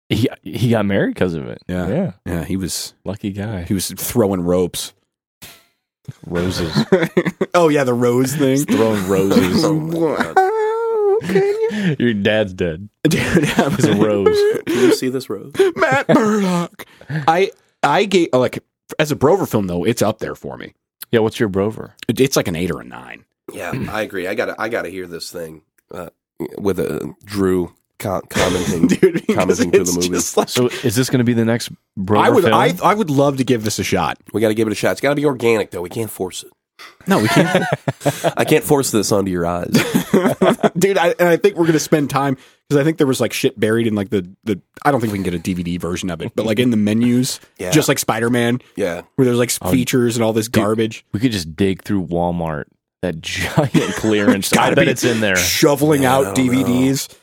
He, he got married because of it.
Yeah.
yeah.
Yeah, he was,
Lucky guy.
he was throwing ropes.
Roses.
oh, yeah, the rose thing.
Throwing roses.
Can
Your dad's dead.
you? Dude, that was
It's a rose.
Can you see this rose?
Matt Murdock. I I gave like as a Brover film though, it's up there for me.
Yeah, what's your brover?
It- It's like an eight or a nine.
Yeah, I agree. I gotta, I gotta hear this thing uh, with a Drew con- commenting,
because
commenting to the
it's
movie.
just like-
So is this going to be the next bro?
I would
film?
I, I would love to give this a shot.
We gotta give it a shot. It's gotta be organic though. We can't force it.
No, we can't,
I can't force this onto your eyes.
dude. I, and I think we're gonna spend time because I think there was like shit buried in like the the. I don't think we can get a DVD version of it, but like in the menus,
Yeah. Oh,
just like Spider Man,
Yeah,
where there's like features and all this garbage.
we could just dig through Walmart that giant clearance. I
Gotta
bet
be-
it's in there.
Shoveling
Yeah, I
out
don't know.
DVDs.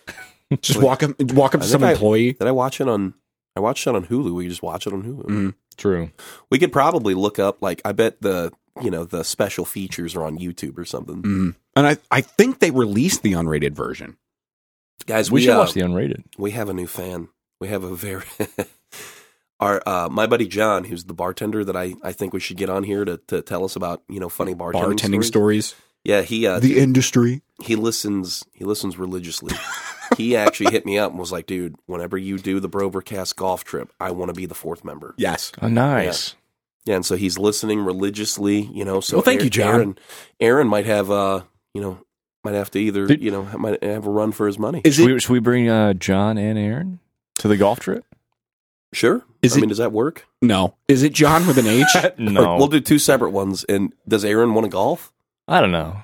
Just walk up, walk up to
I
some
think I-
employee.
did I watch it on? I watched it on Hulu. We could just watch it on Hulu.
Mm.
True.
We could probably look up. Like, I bet the you know the special features are on YouTube or something.
Mm. And I, I think they released the unrated version.
Guys,
We,
we,
should
uh,
watch the unrated.
we have a new fan. We have a very our uh, my buddy John, who's the bartender that I, I think we should get on here to, to tell us about you know funny bartending,
bartending
stories.
stories.
Yeah, he uh,
The industry.
he listens he listens religiously. he actually hit me up and was like, "Dude, whenever you do the Brovercast golf trip, I want to be the fourth member."
Yes.
Oh, nice.
Yeah, and so he's listening religiously, you know. So
Well, thank
Aaron-
you, John.
Aaron, Aaron might have uh, you know, might have to either
Dude.
you know might have a run for his money.
Is
Should,
it
we, should we bring uh, John and Aaron to the golf trip?
Sure.
Is
I
it-
mean, does that work?
no? Is it John with an H?
Or
no,
we'll do two separate ones. And does Aaron want to golf?
I don't know.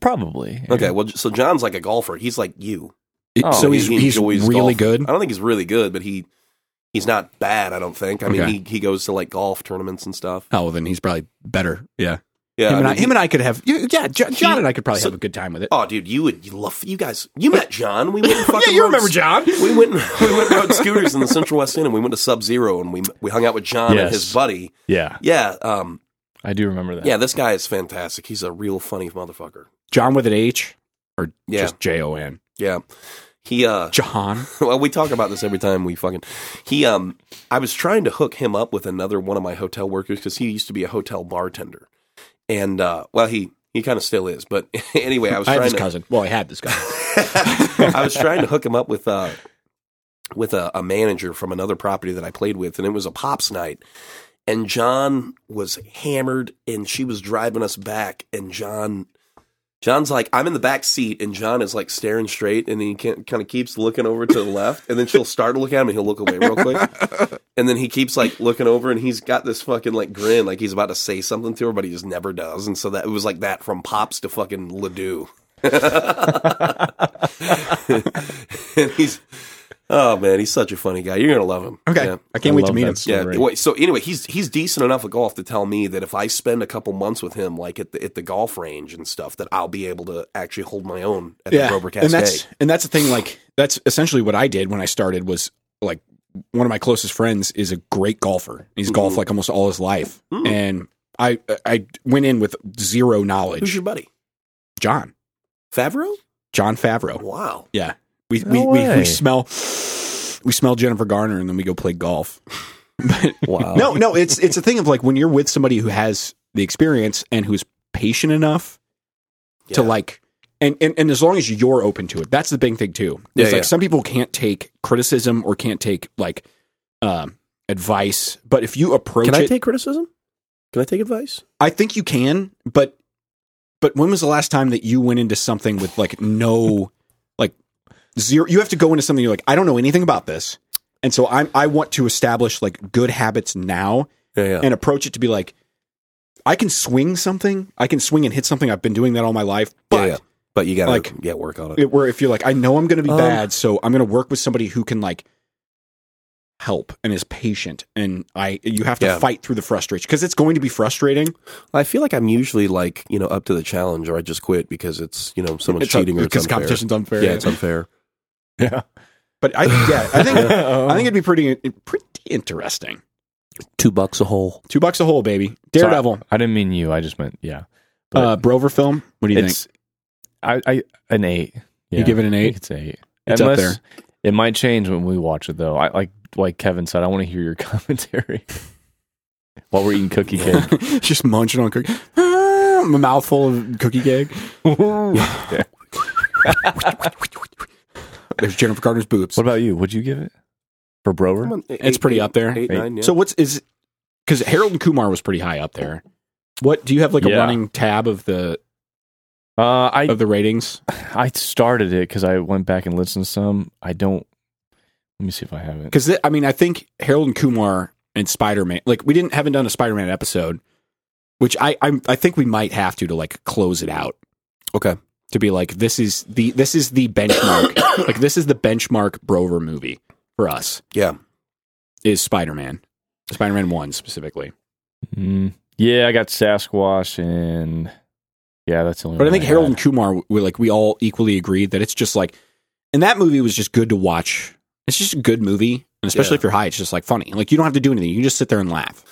Probably.
Okay, well, so John's like a golfer. He's like you.
It-
Oh,
so he's
He
he's
enjoys
really
golf.
good.
I don't think he's really good, but he he's not bad. I don't think. I mean,
Okay.
he, he goes to like golf tournaments and stuff.
Oh, well, then he's probably better. Yeah.
Yeah,
him, and
I
I,
mean,
him and I could have. Yeah, yeah, Jo- John
he-
and I could probably
so-
have a good time with it.
he- oh, dude, you would you love you guys. You met John. We went. And fucking rode-
John?
We went. We went and rode scooters in the Central West End, and we went to Sub Zero, and we we hung out with John and
Yes.
his buddy.
Yeah,
Yeah, um,
I do remember that.
yeah. This guy is fantastic. He's a real funny motherfucker.
John with an H or
Yeah.
just J O N?
Yeah, he uh,
John.
well, we talk about this every time we fucking. He, um, I was trying to hook him up with another one of my hotel workers because he used to be a hotel bartender, and uh, well, he he kind of still is, but anyway, I was
I have
trying
this
to
cousin. Well, I had this cousin.
I was trying to hook him up with uh with a, a manager from another property that I played with, and it was a pops night. And John was hammered, and she was driving us back, and John. John's like, I'm in the back seat, and John is like staring straight, and he can, kind of keeps looking over to the left, and then she'll start to look at him, and he'll look away real quick, and then he keeps like looking over, and he's got this fucking like grin, like he's about to say something to her, but he just never does, and so that it was like that from pops to fucking Ledoux. and he's oh man, he's such a funny guy. You're gonna love him.
Okay.
Yeah.
I can't
I
wait to
love
meet
that
him.
story.
Yeah.
Right.
Wait, so anyway, he's he's decent enough at golf to tell me that if I spend a couple months with him, like at the at the golf range and stuff, that I'll be able to actually hold my own at the Grover
and
Cascade.
that's and that's the thing. Like that's essentially what I did when I started. Was like one of my closest friends is a great golfer. He's golfed like almost all his life,
Mm-hmm. Mm.
and I I went in with zero
Who's
knowledge.
your buddy?
John
Favreau?
John Favreau.
Wow.
Yeah, We
No
we, we,
way.
we smell we smell Jennifer Garner and then we go play golf. Uh, But
Wow.
no, no, it's it's a thing of like when you're with somebody who has the experience and who's patient enough to
Yeah.
like and, and and as long as you're open to it. That's the big thing too. It's
Yeah,
like
yeah.
some people can't take criticism or can't take like um advice, but if you approach
Can I
it
take criticism? Can I take advice?
I think you can, but but when was the last time that you went into something with like no like zero you have to go into something you're like, I don't know anything about this. And so I'm I want to establish like good habits now
Yeah, yeah.
and approach it to be like I can swing something. I can swing and hit something. I've been doing that all my life. But
yeah, yeah. But you gotta
like-
yeah, work on it.
it- where if you're like, I know I'm going to be
Um,
bad, so I'm going to work with somebody who can like help and is patient, and I you have to
Yeah.
fight through the frustration because it's going to be frustrating.
I feel like I'm usually like, you know, up to the challenge or I just quit because it's, you know, someone's
It's un-
cheating or it's
because
unfair.
competition's unfair.
Yeah, it's unfair.
Yeah.
But I yeah, I think I think
think
it'd be pretty pretty interesting.
Two bucks a hole.
Two bucks a hole, baby. Daredevil,
I didn't mean you. I just meant yeah. But
uh, Brover film. What do you think?
it's I, I an eight. Yeah,
You give it an
I think
eight.
It's eight.
It's up
Unless
there.
it might change when we watch it though. I like like Kevin said. I want to hear your commentary while we're eating cookie cake.
Just munching on cookie. Ah, a mouthful of cookie cake.
what
There's Jennifer Gardner's boobs.
about you? Would you give it for Brover?
It's pretty up there.
Eight, nine, yeah.
So what's is because Harold and Kumar was pretty high up there. What do you have like a
Yeah.
running tab of the
Uh, I
of the ratings?
I started it because I went back and listened to some. I don't. Let me see if I have it.
Because I mean, I think Harold and Kumar and Spider Man. Like we didn't haven't done a Spider Man episode, which I I'm, I think we might have to to like close it out
okay.
to be like this is the this is the benchmark like this is the benchmark Brover movie for us
Yeah.
is Spider Man Spider Man one specifically.
Mm, yeah, I got Sasquatch and yeah, that's the only.
But I
one
think Harold
had.
and Kumar, we like we all equally agreed that it's just like, and that movie was just good to watch. It's just a good movie, and especially
Yeah.
if you're high, it's just like funny. Like you don't have to do anything; you just sit there and laugh.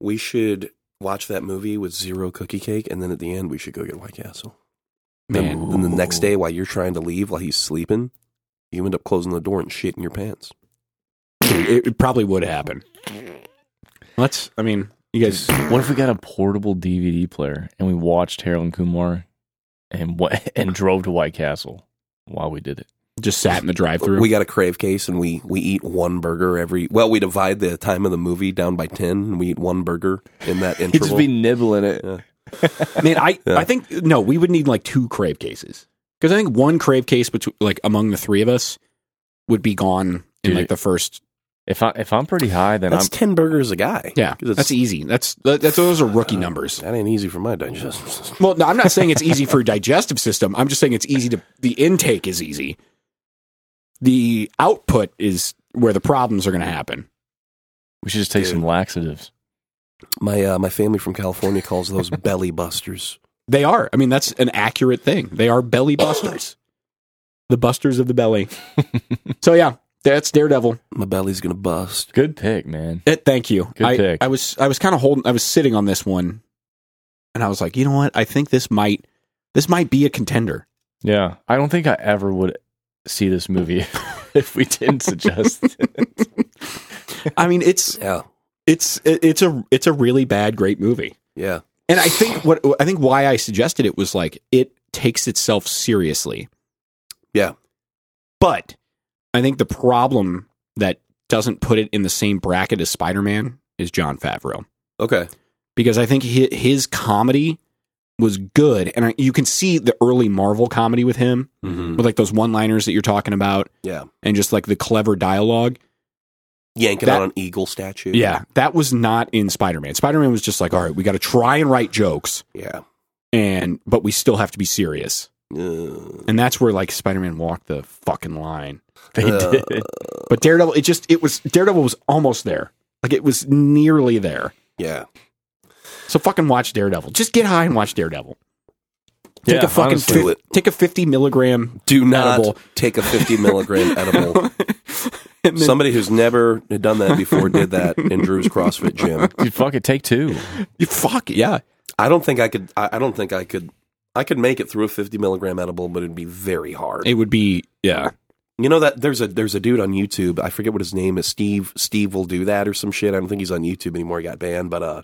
We should watch that movie with zero cookie cake and then at the end we should go get White Castle.
Man,
Then, then the next day while you're trying to leave while he's sleeping, you end up closing the door and shit in your pants.
it, it probably would happen. Let's. I mean, you guys.
What if we got a portable DVD player and we watched Harold and Kumar and what and drove to White Castle while we did it?
Just sat in the drive-through.
We got a crave case and we we eat one burger every well, we divide the time of the movie down by ten and we eat one burger in that
He'd
interval.
just be nibbling it.
Yeah.
Man, I
Yeah.
I think no, we would need like two crave cases because I think one crave case between like among the three of us would be gone in
Dude.
like the first.
If I if I'm pretty high, then
That's ten burgers a guy.
Yeah,
'Cause it's-
that's easy. That's that, that's those are rookie numbers.
That ain't easy for my digestion system.
Well, no, I'm not saying it's easy for your digestive system. I'm just saying it's easy to the intake is easy. The output is where the problems are going to happen.
I'm we should just take
Dude.
some laxatives.
My uh, my family from California calls those belly busters.
They are. I mean, that's an accurate thing. They are belly busters. the busters of the belly. so yeah, that's Daredevil.
My belly's gonna bust.
Good pick, man.
Eh, thank you.
Good
I,
pick.
I was I was kind of holding I was sitting on this one and I was like, "You know what? I think this might this might be a contender."
Yeah, I don't think I ever would see this movie if we didn't suggest. it.
I mean, it's
Yeah,
it's it's a it's a really bad great movie.
yeah,
And I think what I think why I suggested it was like it takes itself seriously.
Yeah.
But I think the problem that doesn't put it in the same bracket as Spider-Man is John Favreau
okay.
because I think his, his comedy was good and I, you can see the early Marvel comedy with him
Mm-hmm.
with like those one-liners that you're talking about
Yeah,
and just like the clever dialogue.
yanking
That-
on an eagle statue.
Yeah, that was not in Spider-Man. Spider-Man was just like, "All right, we got to try and write jokes
yeah.
and but we still have to be serious."
Uh,
and that's where like Spider-Man walked the fucking line.
They
Uh,
did.
But Daredevil, it just it was Daredevil was almost there, like it was nearly there.
yeah,
So fucking watch Daredevil. Just get high and watch Daredevil. Take
Yeah,
a fucking
honestly.
Do
fif-
it.
take a fifty milligram
do not
Edible.
take a fifty milligram edible.
and then,
Somebody who's never had done that before did that in Drew's CrossFit gym.
Dude, fuck it, take two.
you fuck yeah.
I don't think I could. I, I don't think I could. I could make it through a fifty milligram edible, but it'd be very hard.
It would be yeah.
You know that there's a there's a dude on YouTube. I forget what his name is. Steve Steve will do that or some shit. I don't think he's on YouTube anymore. He got banned, but uh,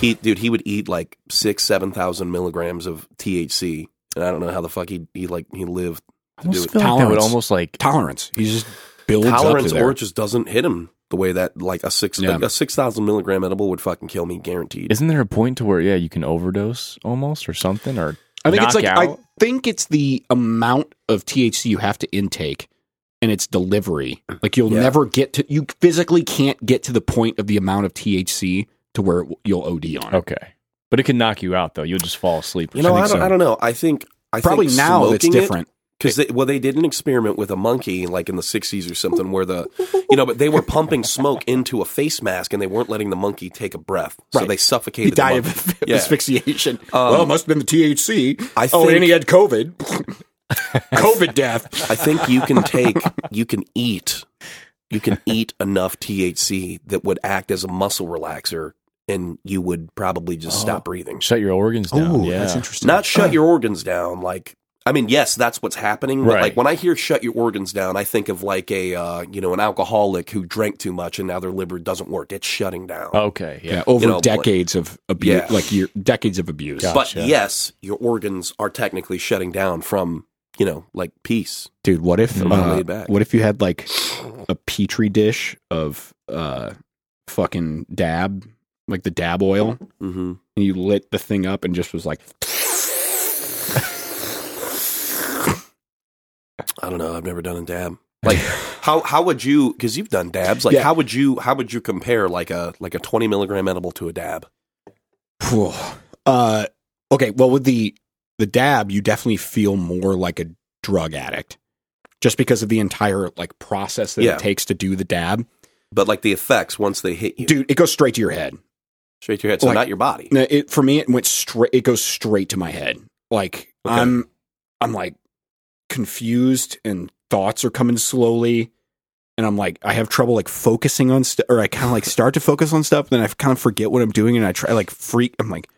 he dude he would eat like six seven thousand milligrams of THC, and I don't know how the fuck he he like he lived.
I
To do
almost
it.
feel like that would
Tolerance.
almost like
Tolerance. He just builds up
Tolerance
to there.
or it just doesn't hit him the way that like a six
Yeah.
a six thousand milligram edible would fucking kill me, guaranteed.
isn't there a point to where yeah you can overdose almost or something or
I think it's like I
knockout?
think it's the amount of THC you have to intake and its delivery. Like you'll
Yeah.
never get to you physically can't get to the point of the amount of THC to where it- you'll OD on. it.
okay, but it can knock you out though. You'll just fall asleep. Or
You know, I,
something.
don't I don't know. I think I
Probably
think
now that's
smoking it-
different.
Because they, well, they did an experiment with a monkey, like in the '60s or something, where the, you know, but they were pumping smoke into a face mask, and they weren't letting the monkey take a breath, so
Right.
they
He
suffocated. the
died
monkey.
of
Yeah.
asphyxiation.
Um,
well, it must have been the THC.
I
oh, and
think-
he had COVID. COVID death.
I think you can take, you can eat, you can eat enough THC that would act as a muscle relaxer, and you would probably just stop breathing.
shut your organs down.
Oh,
yeah.
that's interesting.
Not shut your organs down, like. I mean, yes, that's what's happening. But
Right.
like when I hear "shut your organs down," I think of like a uh, you know an alcoholic who drank too much and now their liver doesn't work. It's shutting down.
Oh,
Okay, yeah.
yeah, over
You know,
decades of abuse,
Yeah.
like year, decades of abuse.
Yeah.
But
Gotcha.
yes, your organs are technically shutting down from, you know, like peace.
Dude, what if
Mm.
uh,
Laid back.
what if you had like a petri dish of uh fucking dab, like the dab oil,
hmm
and you lit the thing up and just was like,
I don't know. I've never done a dab. Like how how would you? Because you've done dabs. Like
Yeah.
how would you how would you compare like a like a twenty milligram edible to a dab?
Phew. uh, okay. Well, with the the dab, you definitely feel more like a drug addict, just because of the entire like process that
Yeah.
it takes to do the dab.
But like the effects once they hit you
Dude, it goes straight to your head.
straight to your head, so
like-
not your body.
No, it for me it went straight it goes straight to my head. Like
Okay.
I'm I'm like confused and thoughts are coming slowly and I'm like I have trouble like focusing on st- or I kind of like start to focus on stuff then I kind of forget what I'm doing and I try like freak I'm like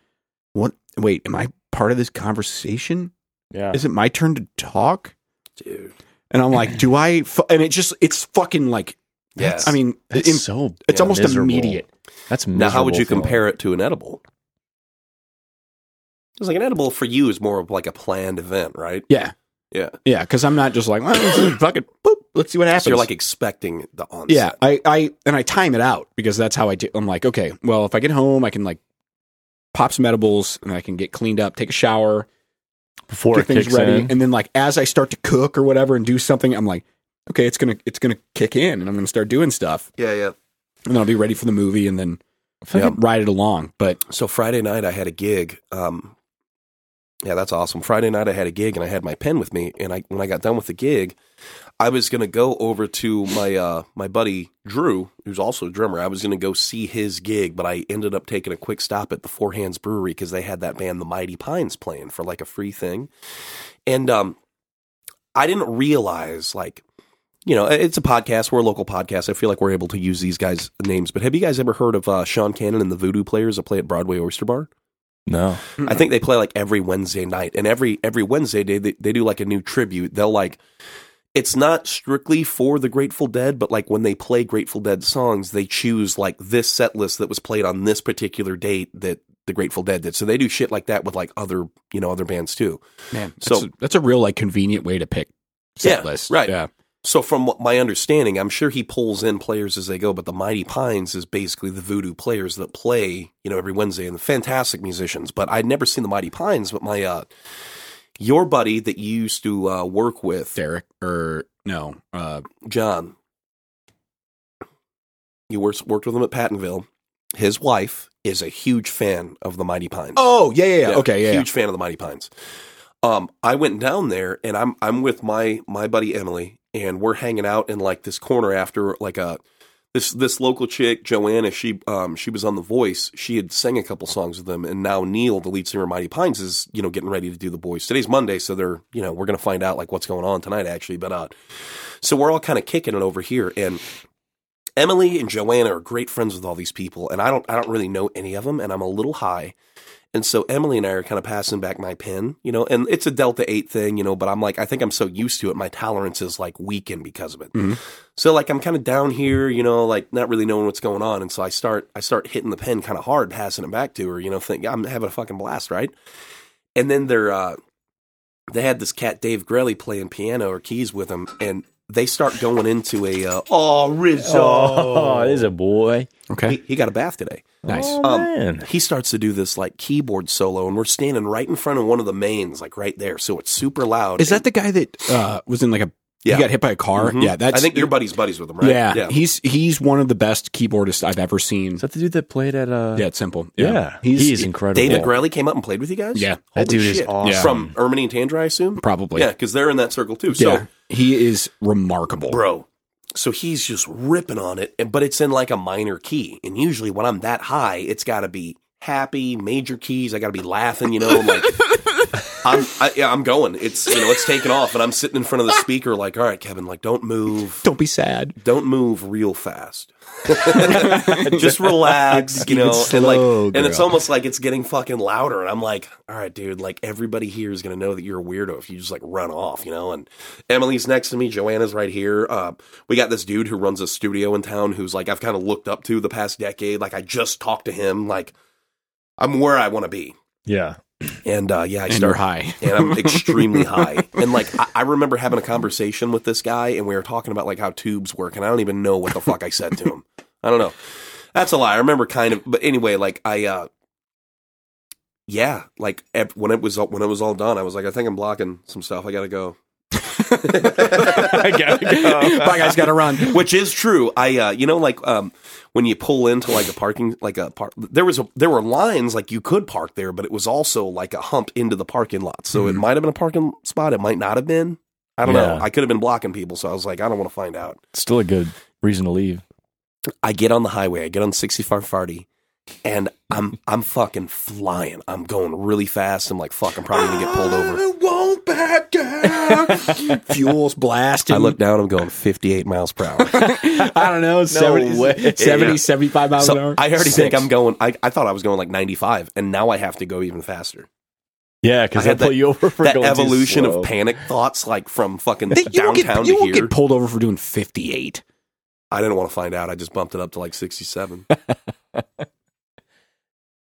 what wait am I part of this conversation?
Yeah.
Is it my turn to talk?
Dude,
And I'm like do I fu-? and it just it's fucking like
yeah.
I mean
That's
in-
so.
it's
yeah,
almost
miserable.
immediate.
That's
now how would
miserable
you
feeling.
compare it to an edible? Because like an edible for you is more of like a planned event, right?
Yeah.
Yeah.
Yeah, cuz I'm not just like well, fucking boop, let's see what happens.
So you're like expecting the onset.
Yeah, I, I and I time it out because that's how I do. I'm like, okay, well, if I get home, I can like pop some edibles and I can get cleaned up, take a shower,
before
get
it
things
kicks
ready,
in?
and then like as I start to cook or whatever and do something, I'm like, okay, it's gonna it's gonna kick in, and I'm gonna start doing stuff,
Yeah, yeah.
and then I'll be ready for the movie, and then
Fucking-
ride it along. But
so Friday night I had a gig. Um, yeah, that's awesome. Friday night I had a gig and I had my pen with me. And I when I got done with the gig, I was gonna go over to my uh, my buddy Drew, who's also a drummer. I was gonna go see his gig, but I ended up taking a quick stop at the Four Hands Brewery because they had that band, the Mighty Pines, playing for like a free thing. And um, I didn't realize like. You know, it's a podcast. We're a local podcast. I feel like we're able to use these guys' names. But have you guys ever heard of uh, Sean Cannon and the Voodoo Players that play at Broadway Oyster Bar?
No.
I think they play like every Wednesday night, and every every Wednesday day they, they do like a new tribute. They'll like it's not strictly for the Grateful Dead, but like when they play Grateful Dead songs, they choose like this set list that was played on this particular date that the Grateful Dead did. So they do shit like that with like other you know other bands too.
man, that's,
So-
a, that's a real like convenient way to pick set
Yeah,
list,
right.
Yeah,
So from what my understanding, I'm sure he pulls in players as they go, but the Mighty Pines is basically the voodoo players that play, you know, every Wednesday and the fantastic musicians. But I'd never seen the Mighty Pines, but my uh your buddy that you used to uh, work with,
Derek or no, uh,
John, you wor- worked with him at Pattonville. His wife is a huge fan of the Mighty Pines.
oh yeah, yeah, yeah, okay, yeah, yeah.
Huge fan of the Mighty Pines. Um, I went down there and I'm I'm with my my buddy Emily and we're hanging out in like this corner after like a this this local chick Joanna she um she was on The Voice she had sang a couple songs with them and now Neil the lead singer of Mighty Pines is you know getting ready to do The Boys today's Monday so they're you know we're gonna find out like what's going on tonight actually but uh so we're all kind of kicking it over here and Emily and Joanna are great friends with all these people, and I don't I don't really know any of them, and I'm a little high. And so Emily and I are kind of passing back my pen, you know, and it's a Delta 8 thing, you know, but I'm like, I think I'm so used to it, my tolerance is like weakened because of it.
Mhm.
So like I'm kind of down here, you know, like not really knowing what's going on. And so I start I start hitting the pen kind of hard, passing it back to her, you know, think I'm having a fucking blast, right? And then they're uh they had this cat Dave Grelly playing piano or keys with him, and they start going into a uh, oh Rizzo,
Oh, there's a boy.
Okay.
he, he got a bath today.
Nice.
Oh,
Um,
man.
He starts to do this like keyboard solo, and we're standing right in front of one of the mains, like right there, so it's super loud.
Is that the guy that uh, was in like a?
Yeah.
He got hit by a car.
Mhm.
Yeah, that's.
I think your buddy's buddies with him, right?
Yeah, he's he's one of the best keyboardists I've ever seen.
Is that the dude that played at uh?
yeah, it's simple.
yeah.
he's,
He's, incredible.
David Grelly came up and played with you guys.
Yeah.
Holy
That dude is
shit.
awesome.
Yeah.
From Ermine and Tandra, I assume.
probably.
Yeah, because they're in that circle too. So
yeah, he is remarkable.
bro. So he's just ripping on it, and- but it's in like a minor key. And usually, when I'm that high, it's got to be happy, major keys. I got to be laughing, you know. I'm like, I'm, I, yeah, I'm going. It's you know, it's taking off, and I'm sitting in front of the speaker, like, all right, Kevin, like, don't move,
Don't be sad.
don't move real fast. just relax, you know,
Keep it
and like,
slow,
and it's
girl.
almost like it's getting fucking louder. And I'm like, all right, dude, like everybody here is gonna know that you're a weirdo if you just like run off, you know. And Emily's next to me, Joanna's right here. Uh, we got this dude who runs a studio in town who's like I've kind of looked up to the past decade. Like I just talked to him. Like I'm where I want to be.
Yeah.
And uh, yeah, I
And you're
start
high.
and I'm extremely high. And like I, I remember having a conversation with this guy, and we were talking about like how tubes work, and I don't even know what the fuck I said to him. I don't know. That's a lie. I remember kind of, but anyway, like I, uh yeah, like ev- when it was all- when it was all done, I was like, I think I'm blocking some stuff. I gotta go.
I gotta go.
Bye, guys. Got to run.
Which is true. I, uh, you know, like um, when you pull into like a parking, like a park, there was a, there were lines like you could park there, but it was also like a hump into the parking lot. So
Hmm.
it might have been a parking spot. It might not have been. I don't know.
Yeah.
I could have been blocking people. So I was like, I don't want to find out.
Still a good reason to leave.
I get on the highway. I get on 65 40 and I'm, I'm fucking flying. I'm going really fast. I'm like, fuck, I'm probably going to get pulled over.
won't back down. Fuel's blasting.
I look down, I'm going 58 miles per hour.
I don't know. 70,
way.
70
Yeah.
75 miles an
So
hour.
I already
Six.
think I'm going. I, I thought I was going like 95, and now I have to go even faster.
Yeah,
I
because
had
they pull
that-
you over for
that
going too
evolution
slow.
of panic thoughts, like from fucking
They- you won't
downtown
get, you
to
won't
here.
get pulled over for doing 58.
I didn't want to find out. I just bumped it up to like 67.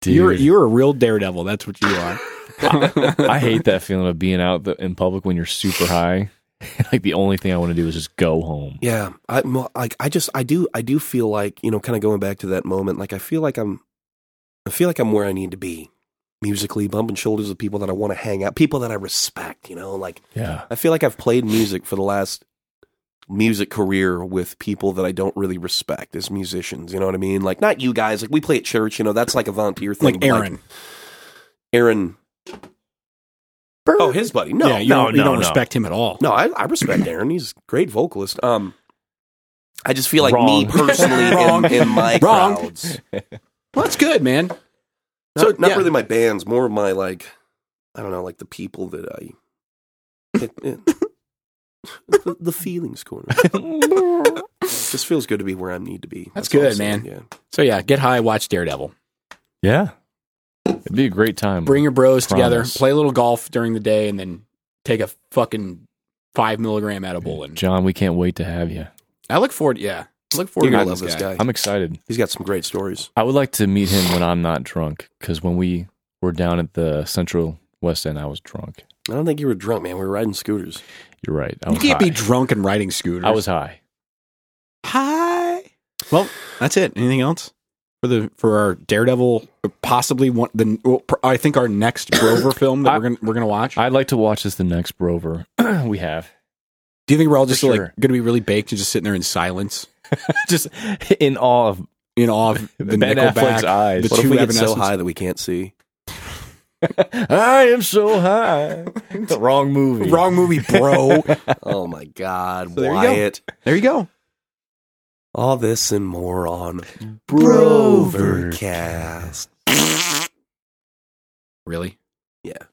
Dude,
You're you're a real daredevil. That's what you are.
I hate that feeling of being out the, in public when you're super high. like the only thing I want to do is just go home.
yeah, I mo- like. I just. I do. I do feel like you know, kind of going back to that moment. Like I feel like I'm. I feel like I'm where I need to be, musically, bumping shoulders with people that I want to hang out, people that I respect. You know, like
Yeah.
I feel like I've played music for the last music career with people that I don't really respect as musicians. You know what I mean? Like not you guys. Like we play at church. You know that's like a volunteer thing.
like
but,
Aaron.
Aaron. Oh, his buddy. No,
yeah, you
no,
don't, you
no,
don't
no.
respect him at all.
no. I, I respect Aaron. He's a great vocalist. Um, I just feel like me
Wrong.
personally
Wrong.
in, in my
Wrong.
crowds.
Well, that's good, man.
So
So,
not
yeah.
really my bands. More of my like, I don't know, like the people that I. It, it- the, the feelings corner. just feels good to be where I need to be.
That's
all
good,
I'm saying,
man.
Yeah.
So yeah, get high, watch Daredevil.
yeah. It'd be a great time.
Bring your bros together,
Promise.
play a little golf during the day, and then take a fucking five milligram edible. And
John, we can't wait to have you.
I look forward. Yeah, I look forward
You're gonna
to
love this guy.
I'm excited.
He's got some great stories.
I would like to meet him when I'm not drunk because when we were down at the Central West End, I was drunk.
I don't think you were drunk, man. We were riding scooters.
You're right. I
You
was
can't
high.
be drunk and riding scooters.
I was high.
high. Well, that's it. Anything else for the for our Daredevil? Possibly one. The well, pr- I think our next Grover film that
I-
we're gonna we're gonna watch.
I'd like to watch this the next Brover we have.
Do you think we're all
For
just like
sure.
going to be really baked and just sitting there in silence,
Just in awe of
in awe of the
Ben
Nickelback?
Affleck's eyes.
the
what if
two
we get so
Evanescence-
high that we can't see?
I am so high. the wrong movie.
Wrong movie, bro.
Oh my God,
So there you go.
Wyatt!
there you go.
All this and more on
Brovercast.
Brovercast.
Really?
Yeah.